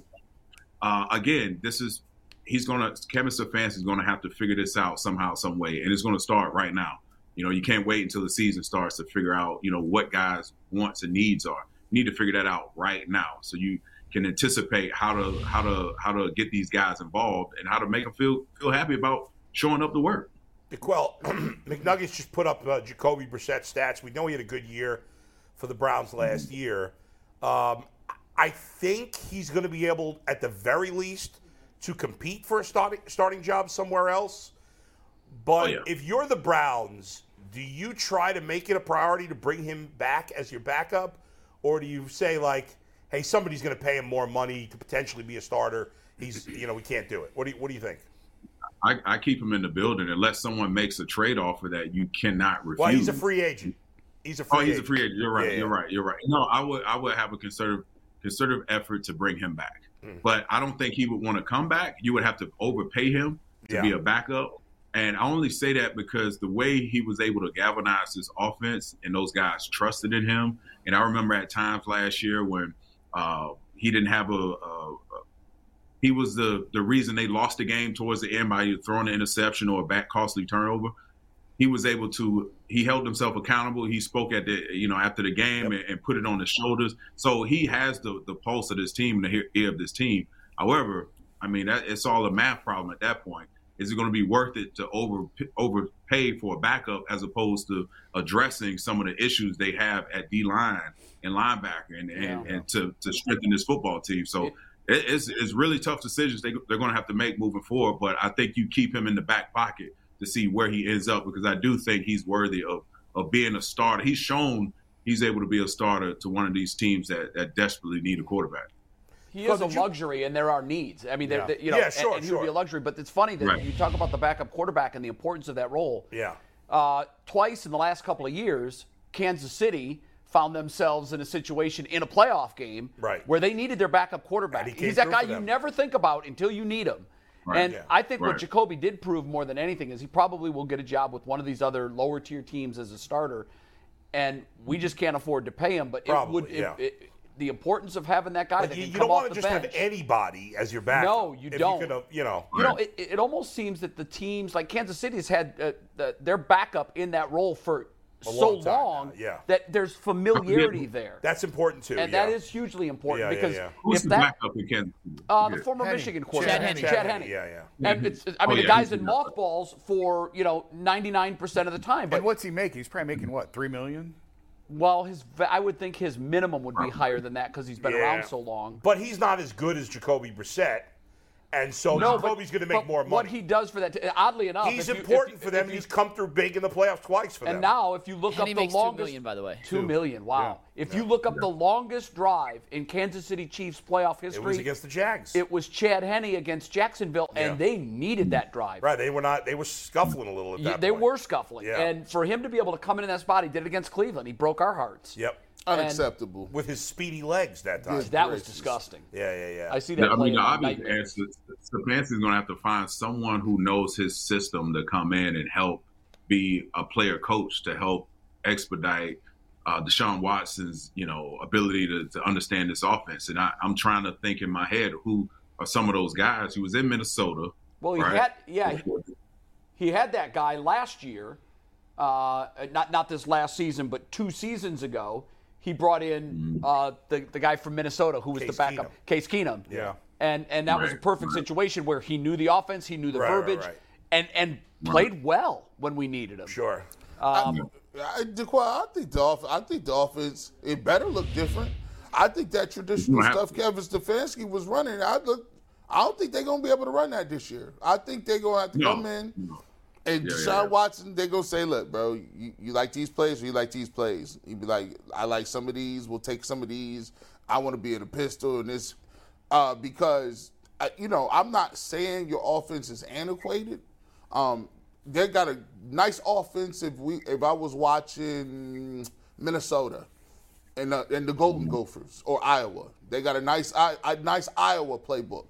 [SPEAKER 4] uh, again, this is, he's going to, Kevin Stefanski's going to have to figure this out somehow, some way. And it's going to start right now. You know, you can't wait until the season starts to figure out, you know, what guys' wants and needs are. You need to figure that out right now. So you, can anticipate how to how to how to get these guys involved and how to make them feel feel happy about showing up to work.
[SPEAKER 3] Well, McNuggets just put up uh, Jacoby Brissett stats. We know he had a good year for the Browns last year. Um, I think he's going to be able, at the very least, to compete for a starting starting job somewhere else. But
[SPEAKER 4] yeah.
[SPEAKER 3] if you're the Browns, do you try to make it a priority to bring him back as your backup, or do you say like, "Hey, somebody's going to pay him more money to potentially be a starter"? He's, you know, we can't do it. What do you, what do you think?
[SPEAKER 4] I, I keep him in the building unless someone makes a trade offer that you cannot refuse.
[SPEAKER 3] Well, he's a free agent. He's a free
[SPEAKER 4] oh, he's
[SPEAKER 3] agent.
[SPEAKER 4] a free agent. You're right.
[SPEAKER 3] Yeah.
[SPEAKER 4] You're right. You're right. No, I would I would have a conservative conservative effort to bring him back, but I don't think he would want to come back. You would have to overpay him to
[SPEAKER 3] Yeah.
[SPEAKER 4] be a backup. And I only say that because the way he was able to galvanize his offense and those guys trusted in him. And I remember at times last year when uh, he didn't have a, a, a he was the the reason they lost the game towards the end by either throwing an interception or a back costly turnover he was able to he held himself accountable he spoke at the you know after the game and, and put it on his shoulders so he has the the pulse of this team and the ear- ear of this team however i mean that it's all a math problem at that point is it going to be worth it to over overpay for a backup as opposed to addressing some of the issues they have at D line and linebacker and, and, and to, to strengthen this football team? So it, it's, it's really tough decisions they, they're going to have to make moving forward. But I think you keep him in the back pocket to see where he ends up because I do think he's worthy of of being a starter. He's shown he's able to be a starter to one of these teams that, that desperately need a quarterback.
[SPEAKER 2] He is a
[SPEAKER 3] did you-
[SPEAKER 2] luxury, and there are needs. I mean, there
[SPEAKER 3] Yeah.
[SPEAKER 2] there- you know,
[SPEAKER 3] Yeah,
[SPEAKER 2] and-
[SPEAKER 3] sure,
[SPEAKER 2] and he would be
[SPEAKER 3] sure.
[SPEAKER 2] a luxury. But it's funny that
[SPEAKER 4] Right.
[SPEAKER 2] you talk about the backup quarterback and the importance of that role.
[SPEAKER 3] Yeah.
[SPEAKER 2] Uh, twice in the last couple of years, Kansas City found themselves in a situation in a playoff game
[SPEAKER 3] Right.
[SPEAKER 2] where they needed their backup quarterback.
[SPEAKER 3] And he came
[SPEAKER 2] He's that
[SPEAKER 3] through
[SPEAKER 2] guy
[SPEAKER 3] for
[SPEAKER 2] you
[SPEAKER 3] them.
[SPEAKER 2] never think about until you need him. and
[SPEAKER 3] yeah.
[SPEAKER 2] I think what
[SPEAKER 4] Right.
[SPEAKER 2] Jacoby did prove more than anything is he probably will get a job with one of these other lower tier teams as a starter. And we just can't afford to pay him. But it would
[SPEAKER 3] Mm-hmm. Probably, yeah.
[SPEAKER 2] it, it- the importance of having that guy that
[SPEAKER 3] Like, you,
[SPEAKER 2] can
[SPEAKER 3] you
[SPEAKER 2] come
[SPEAKER 3] don't
[SPEAKER 2] off
[SPEAKER 3] want
[SPEAKER 2] the
[SPEAKER 3] to just have
[SPEAKER 2] bench.
[SPEAKER 3] anybody as your backup.
[SPEAKER 2] No, you
[SPEAKER 3] If you
[SPEAKER 2] don't.
[SPEAKER 3] could have- you know.
[SPEAKER 2] You know, it, it it almost seems that the teams like Kansas City's had uh, the, their backup in that role for so
[SPEAKER 3] long time now,
[SPEAKER 2] long
[SPEAKER 3] yeah.
[SPEAKER 2] that there's familiarity there,
[SPEAKER 3] That's important too.
[SPEAKER 2] and
[SPEAKER 3] yeah.
[SPEAKER 2] that is hugely important
[SPEAKER 3] Yeah, yeah,
[SPEAKER 2] because
[SPEAKER 3] yeah.
[SPEAKER 4] Who's
[SPEAKER 2] if
[SPEAKER 4] the
[SPEAKER 2] that
[SPEAKER 4] backup in Kansas City?
[SPEAKER 2] uh, the
[SPEAKER 4] Yeah.
[SPEAKER 2] former
[SPEAKER 5] Henning.
[SPEAKER 2] Michigan quarterback
[SPEAKER 9] Chad Henning.
[SPEAKER 2] Chad
[SPEAKER 3] Chad
[SPEAKER 2] Henning,
[SPEAKER 3] Henning, yeah, yeah.
[SPEAKER 2] and it's I mean
[SPEAKER 4] Oh,
[SPEAKER 2] the
[SPEAKER 4] yeah,
[SPEAKER 2] guy's
[SPEAKER 4] he's
[SPEAKER 2] in
[SPEAKER 4] been up there.
[SPEAKER 2] mothballs for you know 99 percent of the time, but
[SPEAKER 5] And what's he making? He's probably making what, three million?
[SPEAKER 2] well his va- I would think his minimum would be higher than that because he's been
[SPEAKER 3] Yeah.
[SPEAKER 2] around so long.
[SPEAKER 3] But he's not as good as Jacoby Brissett, and so
[SPEAKER 2] No, but-
[SPEAKER 3] Jacoby's going to make
[SPEAKER 2] but
[SPEAKER 3] more money.
[SPEAKER 2] What he does for that, t- oddly enough,
[SPEAKER 3] he's
[SPEAKER 2] if you- if
[SPEAKER 3] important
[SPEAKER 2] you-
[SPEAKER 3] for
[SPEAKER 2] if
[SPEAKER 3] them.
[SPEAKER 2] you-
[SPEAKER 3] and he's come through big in the playoffs twice for
[SPEAKER 2] And
[SPEAKER 3] them.
[SPEAKER 2] now, if you look
[SPEAKER 9] And
[SPEAKER 2] up
[SPEAKER 9] he
[SPEAKER 2] the
[SPEAKER 9] makes
[SPEAKER 2] longest,
[SPEAKER 9] two million, by the way.
[SPEAKER 2] Two million. Wow. If you look up the longest drive in Kansas City Chiefs playoff
[SPEAKER 3] it
[SPEAKER 2] history,
[SPEAKER 3] was against the Jags.
[SPEAKER 2] it was Chad Henney against Jacksonville, and
[SPEAKER 3] Yeah.
[SPEAKER 2] they needed that drive.
[SPEAKER 3] right? They were not. They were scuffling a little at that.
[SPEAKER 2] Yeah, they
[SPEAKER 3] point.
[SPEAKER 2] were scuffling,
[SPEAKER 3] Yeah.
[SPEAKER 2] and for him to be able to come in that spot, he did it against Cleveland. He broke our hearts.
[SPEAKER 3] Yep.
[SPEAKER 10] Unacceptable.
[SPEAKER 3] With his speedy legs that time.
[SPEAKER 2] That was
[SPEAKER 10] Gracious.
[SPEAKER 2] disgusting.
[SPEAKER 3] yeah, yeah, yeah.
[SPEAKER 2] I see that.
[SPEAKER 4] Yeah, I
[SPEAKER 2] play
[SPEAKER 4] mean, the
[SPEAKER 2] as a
[SPEAKER 4] obvious
[SPEAKER 2] nightmare.
[SPEAKER 4] answer Stefanski's going to have to find someone who knows his system to come in and help
[SPEAKER 8] be a player coach to help expedite uh, Deshaun Watson's, you know, ability to, to understand this offense. And I, I'm trying to think in my head who are some of those guys. He was in Minnesota.
[SPEAKER 2] Well, he
[SPEAKER 8] right?
[SPEAKER 2] had yeah, he, he had that guy last year, uh, not not this last season, but two seasons ago. He brought
[SPEAKER 8] Mm.
[SPEAKER 2] in uh, the the guy from Minnesota who was
[SPEAKER 3] Case
[SPEAKER 2] the backup,
[SPEAKER 3] Keenum.
[SPEAKER 2] Case Keenum.
[SPEAKER 3] Yeah.
[SPEAKER 2] and and that was a
[SPEAKER 8] Right,
[SPEAKER 2] perfect
[SPEAKER 8] right.
[SPEAKER 2] situation where he knew the offense, he knew the
[SPEAKER 3] Right, right,
[SPEAKER 2] verbiage,
[SPEAKER 3] right.
[SPEAKER 2] and and played well when we needed him.
[SPEAKER 3] Sure.
[SPEAKER 8] Um,
[SPEAKER 4] I, Daquan, I think the off, I think the offense it better look different. I think that traditional
[SPEAKER 8] Right.
[SPEAKER 4] stuff Kevin Stefanski was running. I look, I don't think they're gonna be able to run that this year. I think they're gonna have to
[SPEAKER 8] No.
[SPEAKER 4] come in and
[SPEAKER 8] Yeah,
[SPEAKER 4] Deshaun
[SPEAKER 8] yeah, yeah.
[SPEAKER 4] Watson. They gonna say, look, bro, you, you like these plays, or you like these plays. You be like, I like some of these. We'll take some of these. I want to be in a pistol and this uh, because uh, you know I'm not saying your offense is antiquated. Um, they got a nice offense. If we, if I was watching Minnesota and uh, and the Golden
[SPEAKER 8] Mm-hmm.
[SPEAKER 4] Gophers or Iowa, they got a nice I, a nice Iowa playbook.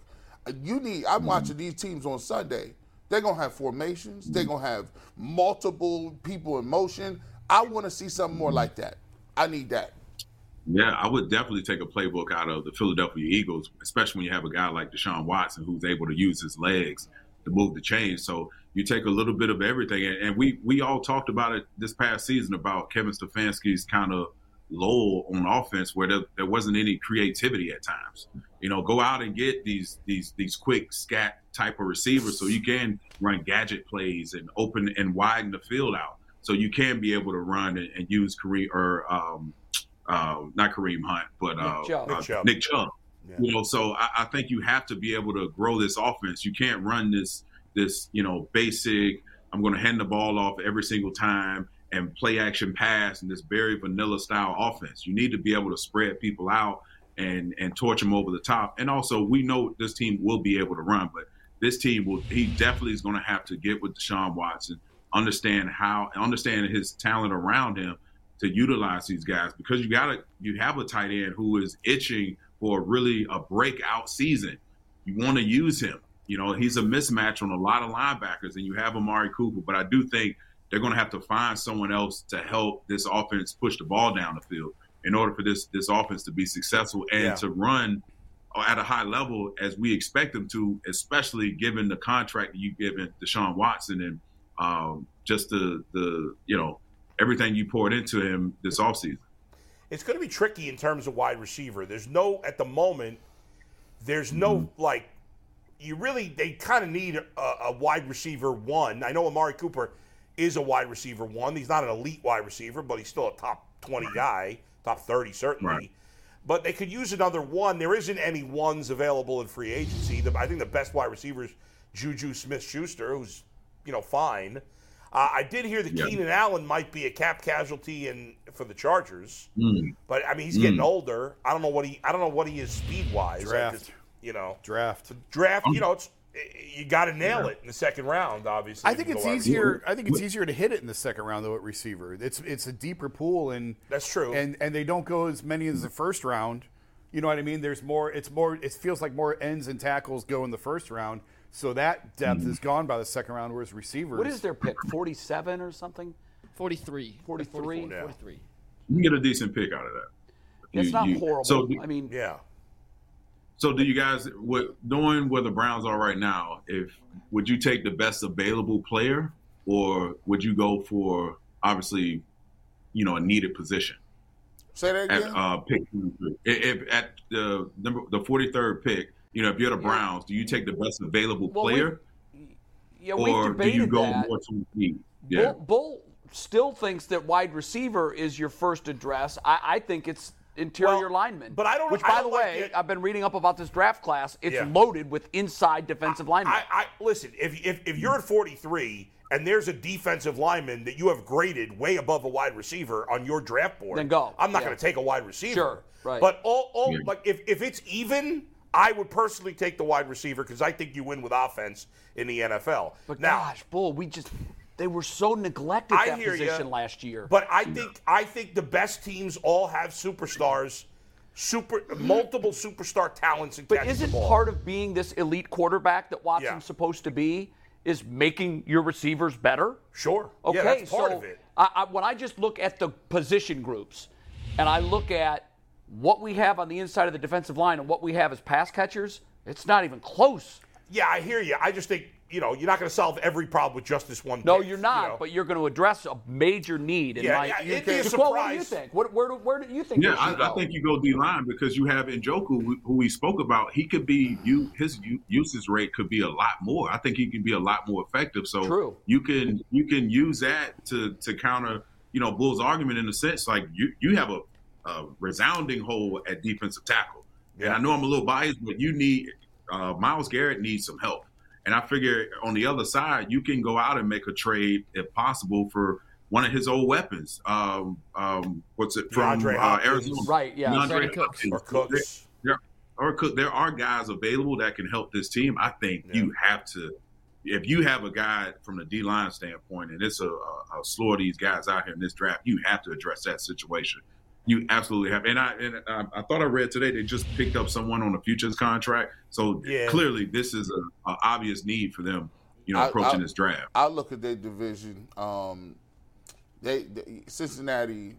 [SPEAKER 4] Uh, You need.
[SPEAKER 8] Mm-hmm.
[SPEAKER 4] I'm watching these teams on Sunday. They're gonna have formations. They're gonna have multiple people in motion. I want to see something more like that. I need that.
[SPEAKER 8] Yeah, I would definitely take a playbook out of the Philadelphia Eagles, especially when you have a guy like Deshaun Watson who's able to use his legs to move the chains. So you take a little bit of everything, and, and we we all talked about it this past season about Kevin Stefanski's kind of lull on offense where there, there wasn't any creativity at times. You know, go out and get these these these quick scat type of receivers so you can run gadget plays and open and widen the field out. So you can be able to run and, and use Kareem or um, uh, not Kareem Hunt, but uh,
[SPEAKER 2] Chubb.
[SPEAKER 8] uh,
[SPEAKER 3] Nick Chubb.
[SPEAKER 8] Nick Chubb.
[SPEAKER 3] Yeah.
[SPEAKER 8] You know, so I, I think you have to be able to grow this offense. You can't run this this you know basic. I'm going to hand the ball off every single time and play action pass and this very vanilla style offense. You need to be able to spread people out and and torch them over the top. And also, we know this team will be able to run, but this team will. He definitely is going to have to get with Deshaun Watson, understand how, understand his talent around him to utilize these guys because you got to you have a tight end who is itching for really a breakout season. You want to use him. You know, he's a mismatch on a lot of linebackers, and you have Amari Cooper, but I do think they're going to have to find someone else to help this offense push the ball down the field in order for this this offense to be successful and
[SPEAKER 3] Yeah.
[SPEAKER 8] to run at a high level as we expect them to, especially given the contract that you've given Deshaun Watson and um, just the the you know everything you poured into him this offseason.
[SPEAKER 3] it's going to be tricky in terms of wide receiver. There's no at the moment. There's no
[SPEAKER 8] Mm-hmm.
[SPEAKER 3] like you really they kind of need a, a wide receiver one. I know Amari Cooper is a wide receiver one. He's not an elite wide receiver, but he's still a top twenty guy, top thirty certainly.
[SPEAKER 8] Right.
[SPEAKER 3] But they could use another one. There isn't any ones available in free agency. The, I think the best wide receivers, Juju Smith-Schuster, who's you know fine. Uh, I did hear that
[SPEAKER 8] Yeah.
[SPEAKER 3] Keenan Allen might be a cap casualty in for the Chargers.
[SPEAKER 8] Mm.
[SPEAKER 3] But I mean, he's getting older. I don't know what he. I don't know what he is speed wise.
[SPEAKER 5] Draft.
[SPEAKER 3] you know,
[SPEAKER 5] Draft.
[SPEAKER 3] draft.
[SPEAKER 8] Um.
[SPEAKER 3] You know, it's you got to nail it in the second round. Obviously,
[SPEAKER 5] I
[SPEAKER 3] if
[SPEAKER 5] think
[SPEAKER 3] you go
[SPEAKER 5] it's
[SPEAKER 3] wide
[SPEAKER 5] easier. I think it's easier to hit it in the second round though at receiver. It's it's a deeper pool and
[SPEAKER 3] That's true.
[SPEAKER 5] And and they don't go as many as the first round. You know what I mean? There's more. It's more. It feels like more ends and tackles go in the first round. So that depth
[SPEAKER 4] Mm-hmm.
[SPEAKER 5] is gone by the second round. Whereas receivers,
[SPEAKER 2] What is their pick? Forty-seven or something?
[SPEAKER 6] 43.
[SPEAKER 2] 43?
[SPEAKER 6] 44,
[SPEAKER 2] Yeah.
[SPEAKER 6] 43.
[SPEAKER 8] You can get a decent pick out of that.
[SPEAKER 2] It's
[SPEAKER 8] You-
[SPEAKER 2] not
[SPEAKER 8] you-
[SPEAKER 2] horrible.
[SPEAKER 8] So,
[SPEAKER 2] I mean,
[SPEAKER 3] Yeah,
[SPEAKER 8] so do you guys what knowing where the Browns are right now? If would you take the best available player, or would you go for obviously, you know, a needed position
[SPEAKER 4] Say that
[SPEAKER 8] at
[SPEAKER 4] again.
[SPEAKER 8] uh, pick? If, if at the number the forty third pick, you know, if you're the Browns, do you take the best available
[SPEAKER 2] Well, we-
[SPEAKER 8] player,
[SPEAKER 2] yeah, we
[SPEAKER 8] or do
[SPEAKER 2] debated
[SPEAKER 8] you go
[SPEAKER 2] that.
[SPEAKER 8] more to need? Yeah,
[SPEAKER 2] Bull, Bull still thinks that wide receiver is your first address. I, I think it's interior
[SPEAKER 3] Well,
[SPEAKER 2] lineman.
[SPEAKER 3] but I don't-
[SPEAKER 2] Which,
[SPEAKER 3] I
[SPEAKER 2] by
[SPEAKER 3] don't
[SPEAKER 2] the
[SPEAKER 3] like
[SPEAKER 2] way,
[SPEAKER 3] the-
[SPEAKER 2] I've been reading up about this draft class. It's
[SPEAKER 3] Yeah.
[SPEAKER 2] loaded with inside defensive linemen.
[SPEAKER 3] I, I listen. If, if if you're at 43 and there's a defensive lineman that you have graded way above a wide receiver on your draft board,
[SPEAKER 2] Then go.
[SPEAKER 3] I'm not
[SPEAKER 2] Yeah.
[SPEAKER 3] going to take a wide receiver.
[SPEAKER 2] Sure, right.
[SPEAKER 3] But all, all
[SPEAKER 8] Yeah.
[SPEAKER 3] like if if it's even. I would personally take the wide receiver because I think you win with offense in the NFL.
[SPEAKER 2] but
[SPEAKER 3] now,
[SPEAKER 2] gosh, Bull, we just they were so neglected
[SPEAKER 3] I
[SPEAKER 2] that
[SPEAKER 3] hear ya.
[SPEAKER 2] position last year.
[SPEAKER 3] But I think I think the best teams all have superstars, super multiple superstar talents. And
[SPEAKER 2] But isn't part of being this elite quarterback that Watson's
[SPEAKER 3] Yeah.
[SPEAKER 2] supposed to be is making your receivers better.
[SPEAKER 3] Sure.
[SPEAKER 2] Okay,
[SPEAKER 3] yeah, that's part
[SPEAKER 2] so
[SPEAKER 3] of it.
[SPEAKER 2] I, I, when I just look at the position groups, and I look at what we have on the inside of the defensive line and what we have as pass catchers, it's not even close.
[SPEAKER 3] Yeah, I hear you. I just think you know you're not going to solve every problem with just this one.
[SPEAKER 2] No,
[SPEAKER 3] pick,
[SPEAKER 2] you're not,
[SPEAKER 3] you know?
[SPEAKER 2] but you're going to address a major need. In
[SPEAKER 3] Yeah,
[SPEAKER 2] my,
[SPEAKER 3] yeah,
[SPEAKER 2] you
[SPEAKER 3] it'd be a
[SPEAKER 2] Jaquel, what do you
[SPEAKER 3] surprise.
[SPEAKER 2] think? What, where, do, where do you think?
[SPEAKER 8] Yeah,
[SPEAKER 2] they should
[SPEAKER 8] I, I
[SPEAKER 2] go?
[SPEAKER 8] think you go D line because you have Njoku, who- who we spoke about. He could be you. His u- usage rate could be a lot more. I think he can be a lot more effective. So
[SPEAKER 2] True.
[SPEAKER 8] you can you can use that to to counter you know Bull's argument in a sense like you you have a, a resounding hole at defensive tackle. And I know I'm a little biased, but you need uh, Miles Garrett needs some help. And I figure on the other side, you can go out and make a trade if possible for one of his old weapons. Um, um, what's it from
[SPEAKER 3] DeAndre
[SPEAKER 8] uh,
[SPEAKER 3] Hopkins.
[SPEAKER 8] Arizona?
[SPEAKER 2] Right, yeah.
[SPEAKER 8] DeAndre
[SPEAKER 6] Brandon Cooks.
[SPEAKER 8] Hopkins.
[SPEAKER 3] or Cooks.
[SPEAKER 8] There, there- or Cook. There are guys available that can help this team. I think you have to. If you have a guy from the D line standpoint, and it's a, a, a slew of these guys out here in this draft, you have to address that situation. You absolutely have. And I and um, I, I thought I read today they just picked up someone on a futures contract. So
[SPEAKER 3] Yeah.
[SPEAKER 8] clearly, this is a, a obvious need for them. You know,
[SPEAKER 4] I-
[SPEAKER 8] approaching
[SPEAKER 4] I-
[SPEAKER 8] this draft.
[SPEAKER 4] I look at their division. Um, they, they Cincinnati,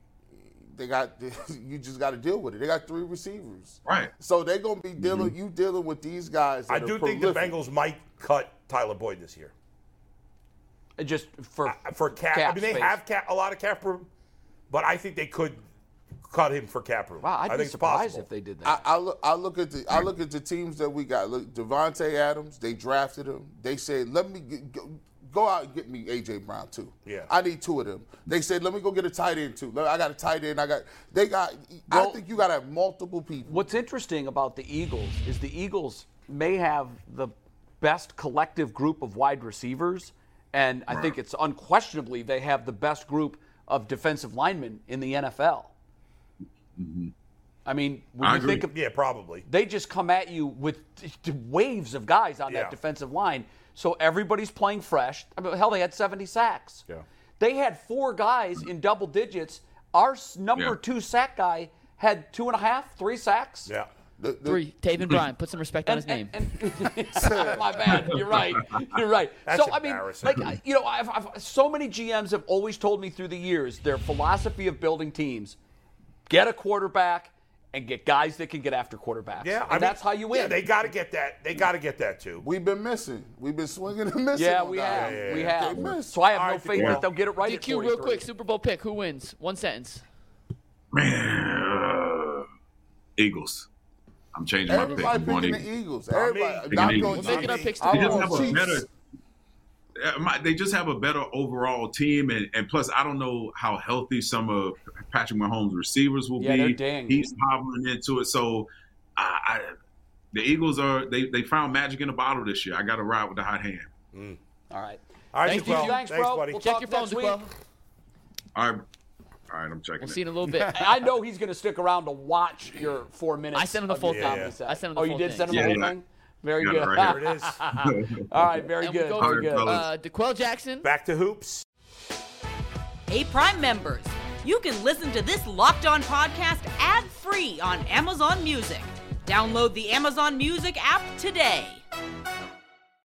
[SPEAKER 4] they got you just got to deal with it. They got three receivers,
[SPEAKER 8] Right. Mm-hmm.
[SPEAKER 4] so they're gonna be dealing. You dealing with these guys. That
[SPEAKER 3] I
[SPEAKER 4] are
[SPEAKER 3] do think the
[SPEAKER 4] prolific.
[SPEAKER 3] Bengals might cut Tyler Boyd this year Uh,
[SPEAKER 2] just for
[SPEAKER 3] for cap. I
[SPEAKER 2] Cap
[SPEAKER 3] mean, they
[SPEAKER 2] space.
[SPEAKER 3] have cap, a lot of cap room, but I think they could cut him for cap room.
[SPEAKER 2] Wow, I'd be
[SPEAKER 3] I think it's
[SPEAKER 2] surprised
[SPEAKER 3] possible.
[SPEAKER 2] if they did that.
[SPEAKER 4] I, I look. I look at the. I look at the teams that we got. Look, Devonte Adams. They drafted him. They said, "Let me get, go, go out and get me AJ Brown too."
[SPEAKER 3] Yeah.
[SPEAKER 4] I need two of them. They said, "Let me go get a tight end too." Look, I got a tight end. I got. They got. I
[SPEAKER 2] Well-
[SPEAKER 4] think you got to have multiple people.
[SPEAKER 2] What's interesting about the Eagles is the Eagles may have the best collective group of wide receivers, and I think it's unquestionably they have the best group of defensive linemen in the NFL. I mean, when
[SPEAKER 8] I
[SPEAKER 2] you
[SPEAKER 8] agree.
[SPEAKER 2] think of
[SPEAKER 3] Yeah, probably.
[SPEAKER 2] they just come at you with t- t- waves of guys on
[SPEAKER 3] Yeah.
[SPEAKER 2] that defensive line. So everybody's playing fresh. I mean, hell, they had 70 sacks.
[SPEAKER 5] Yeah.
[SPEAKER 2] They had four guys in double digits. Our s- number
[SPEAKER 8] Yeah.
[SPEAKER 2] two sack guy had two and a half, three sacks.
[SPEAKER 3] Yeah.
[SPEAKER 4] The- the-
[SPEAKER 6] Three, Taven Bryan. Put some respect on his name.
[SPEAKER 2] And- and- my bad. You're right. You're right.
[SPEAKER 3] That's
[SPEAKER 2] so I mean,
[SPEAKER 3] embarrassing.
[SPEAKER 2] like I- you know, I've, I've, so many GMs have always told me through the years their philosophy of building teams: get a quarterback and get guys that can get after quarterbacks.
[SPEAKER 3] Yeah,
[SPEAKER 2] and
[SPEAKER 3] I mean,
[SPEAKER 2] that's how you win.
[SPEAKER 3] Yeah, they got to get that. They got to get that too.
[SPEAKER 4] We've been missing. We've been swinging and missing.
[SPEAKER 2] Yeah,
[SPEAKER 4] on
[SPEAKER 2] we have.
[SPEAKER 4] guys.
[SPEAKER 3] yeah,
[SPEAKER 2] We
[SPEAKER 3] yeah.
[SPEAKER 4] They
[SPEAKER 2] have.
[SPEAKER 4] missed.
[SPEAKER 2] So I have
[SPEAKER 3] All
[SPEAKER 2] no
[SPEAKER 3] right,
[SPEAKER 2] faith
[SPEAKER 3] DQ.
[SPEAKER 2] that they'll get it right. at
[SPEAKER 6] DQ, real
[SPEAKER 2] 43.
[SPEAKER 6] quick. Super Bowl pick. Who wins? One sentence.
[SPEAKER 8] Man, uh, Eagles. I'm changing my pick.
[SPEAKER 4] Everybody
[SPEAKER 8] I'm going
[SPEAKER 4] picking
[SPEAKER 8] Eagles.
[SPEAKER 3] I
[SPEAKER 4] the Eagles.
[SPEAKER 3] mean,
[SPEAKER 4] Everybody.
[SPEAKER 3] picking
[SPEAKER 4] Not
[SPEAKER 8] the
[SPEAKER 4] going
[SPEAKER 8] Eagles.
[SPEAKER 6] We're making our
[SPEAKER 4] Chiefs.
[SPEAKER 6] picks
[SPEAKER 4] I
[SPEAKER 8] They
[SPEAKER 6] together.
[SPEAKER 8] just
[SPEAKER 4] want
[SPEAKER 8] have a
[SPEAKER 4] Chiefs.
[SPEAKER 8] better. Uh, my- They just have a better overall team, and, and plus, I don't know how healthy some of Patrick Mahomes' receivers will
[SPEAKER 2] Yeah,
[SPEAKER 8] be.
[SPEAKER 2] they're dinged.
[SPEAKER 8] He's hobbling into it, so I, I, the Eagles are they, they found magic in a bottle this year. I got to ride with the hot hand.
[SPEAKER 2] All right.
[SPEAKER 3] All right,
[SPEAKER 6] Thanks,
[SPEAKER 3] Jaquel.
[SPEAKER 6] DQ.
[SPEAKER 3] Thanks,
[SPEAKER 2] Thanks, bro.
[SPEAKER 3] buddy.
[SPEAKER 2] We'll
[SPEAKER 6] Check
[SPEAKER 2] Talk
[SPEAKER 6] your phone,
[SPEAKER 2] next week.
[SPEAKER 6] Duquel.
[SPEAKER 8] All right, all right, I'm checking.
[SPEAKER 6] We'll
[SPEAKER 8] it.
[SPEAKER 6] see you in a little bit.
[SPEAKER 2] I know he's going to stick around to watch your four minutes.
[SPEAKER 6] I sent him the
[SPEAKER 2] of
[SPEAKER 6] full
[SPEAKER 2] your
[SPEAKER 6] thing.
[SPEAKER 2] comedy
[SPEAKER 6] Yeah.
[SPEAKER 2] set.
[SPEAKER 6] I sent him the
[SPEAKER 2] oh,
[SPEAKER 6] full
[SPEAKER 2] you did
[SPEAKER 6] thing.
[SPEAKER 2] send him
[SPEAKER 8] Yeah,
[SPEAKER 2] the whole
[SPEAKER 8] yeah.
[SPEAKER 2] thing. Very
[SPEAKER 8] Got it
[SPEAKER 2] good.
[SPEAKER 8] right here.
[SPEAKER 3] There it is.
[SPEAKER 2] All right. Very
[SPEAKER 6] and
[SPEAKER 2] good.
[SPEAKER 6] we go
[SPEAKER 8] All
[SPEAKER 2] Very
[SPEAKER 8] right,
[SPEAKER 6] to
[SPEAKER 2] good.
[SPEAKER 8] fellas.
[SPEAKER 6] uh, DeQuell Jackson.
[SPEAKER 3] Back to hoops.
[SPEAKER 11] Hey, Prime members, you can listen to this Locked On podcast ad free on Amazon Music. Download the Amazon Music app today.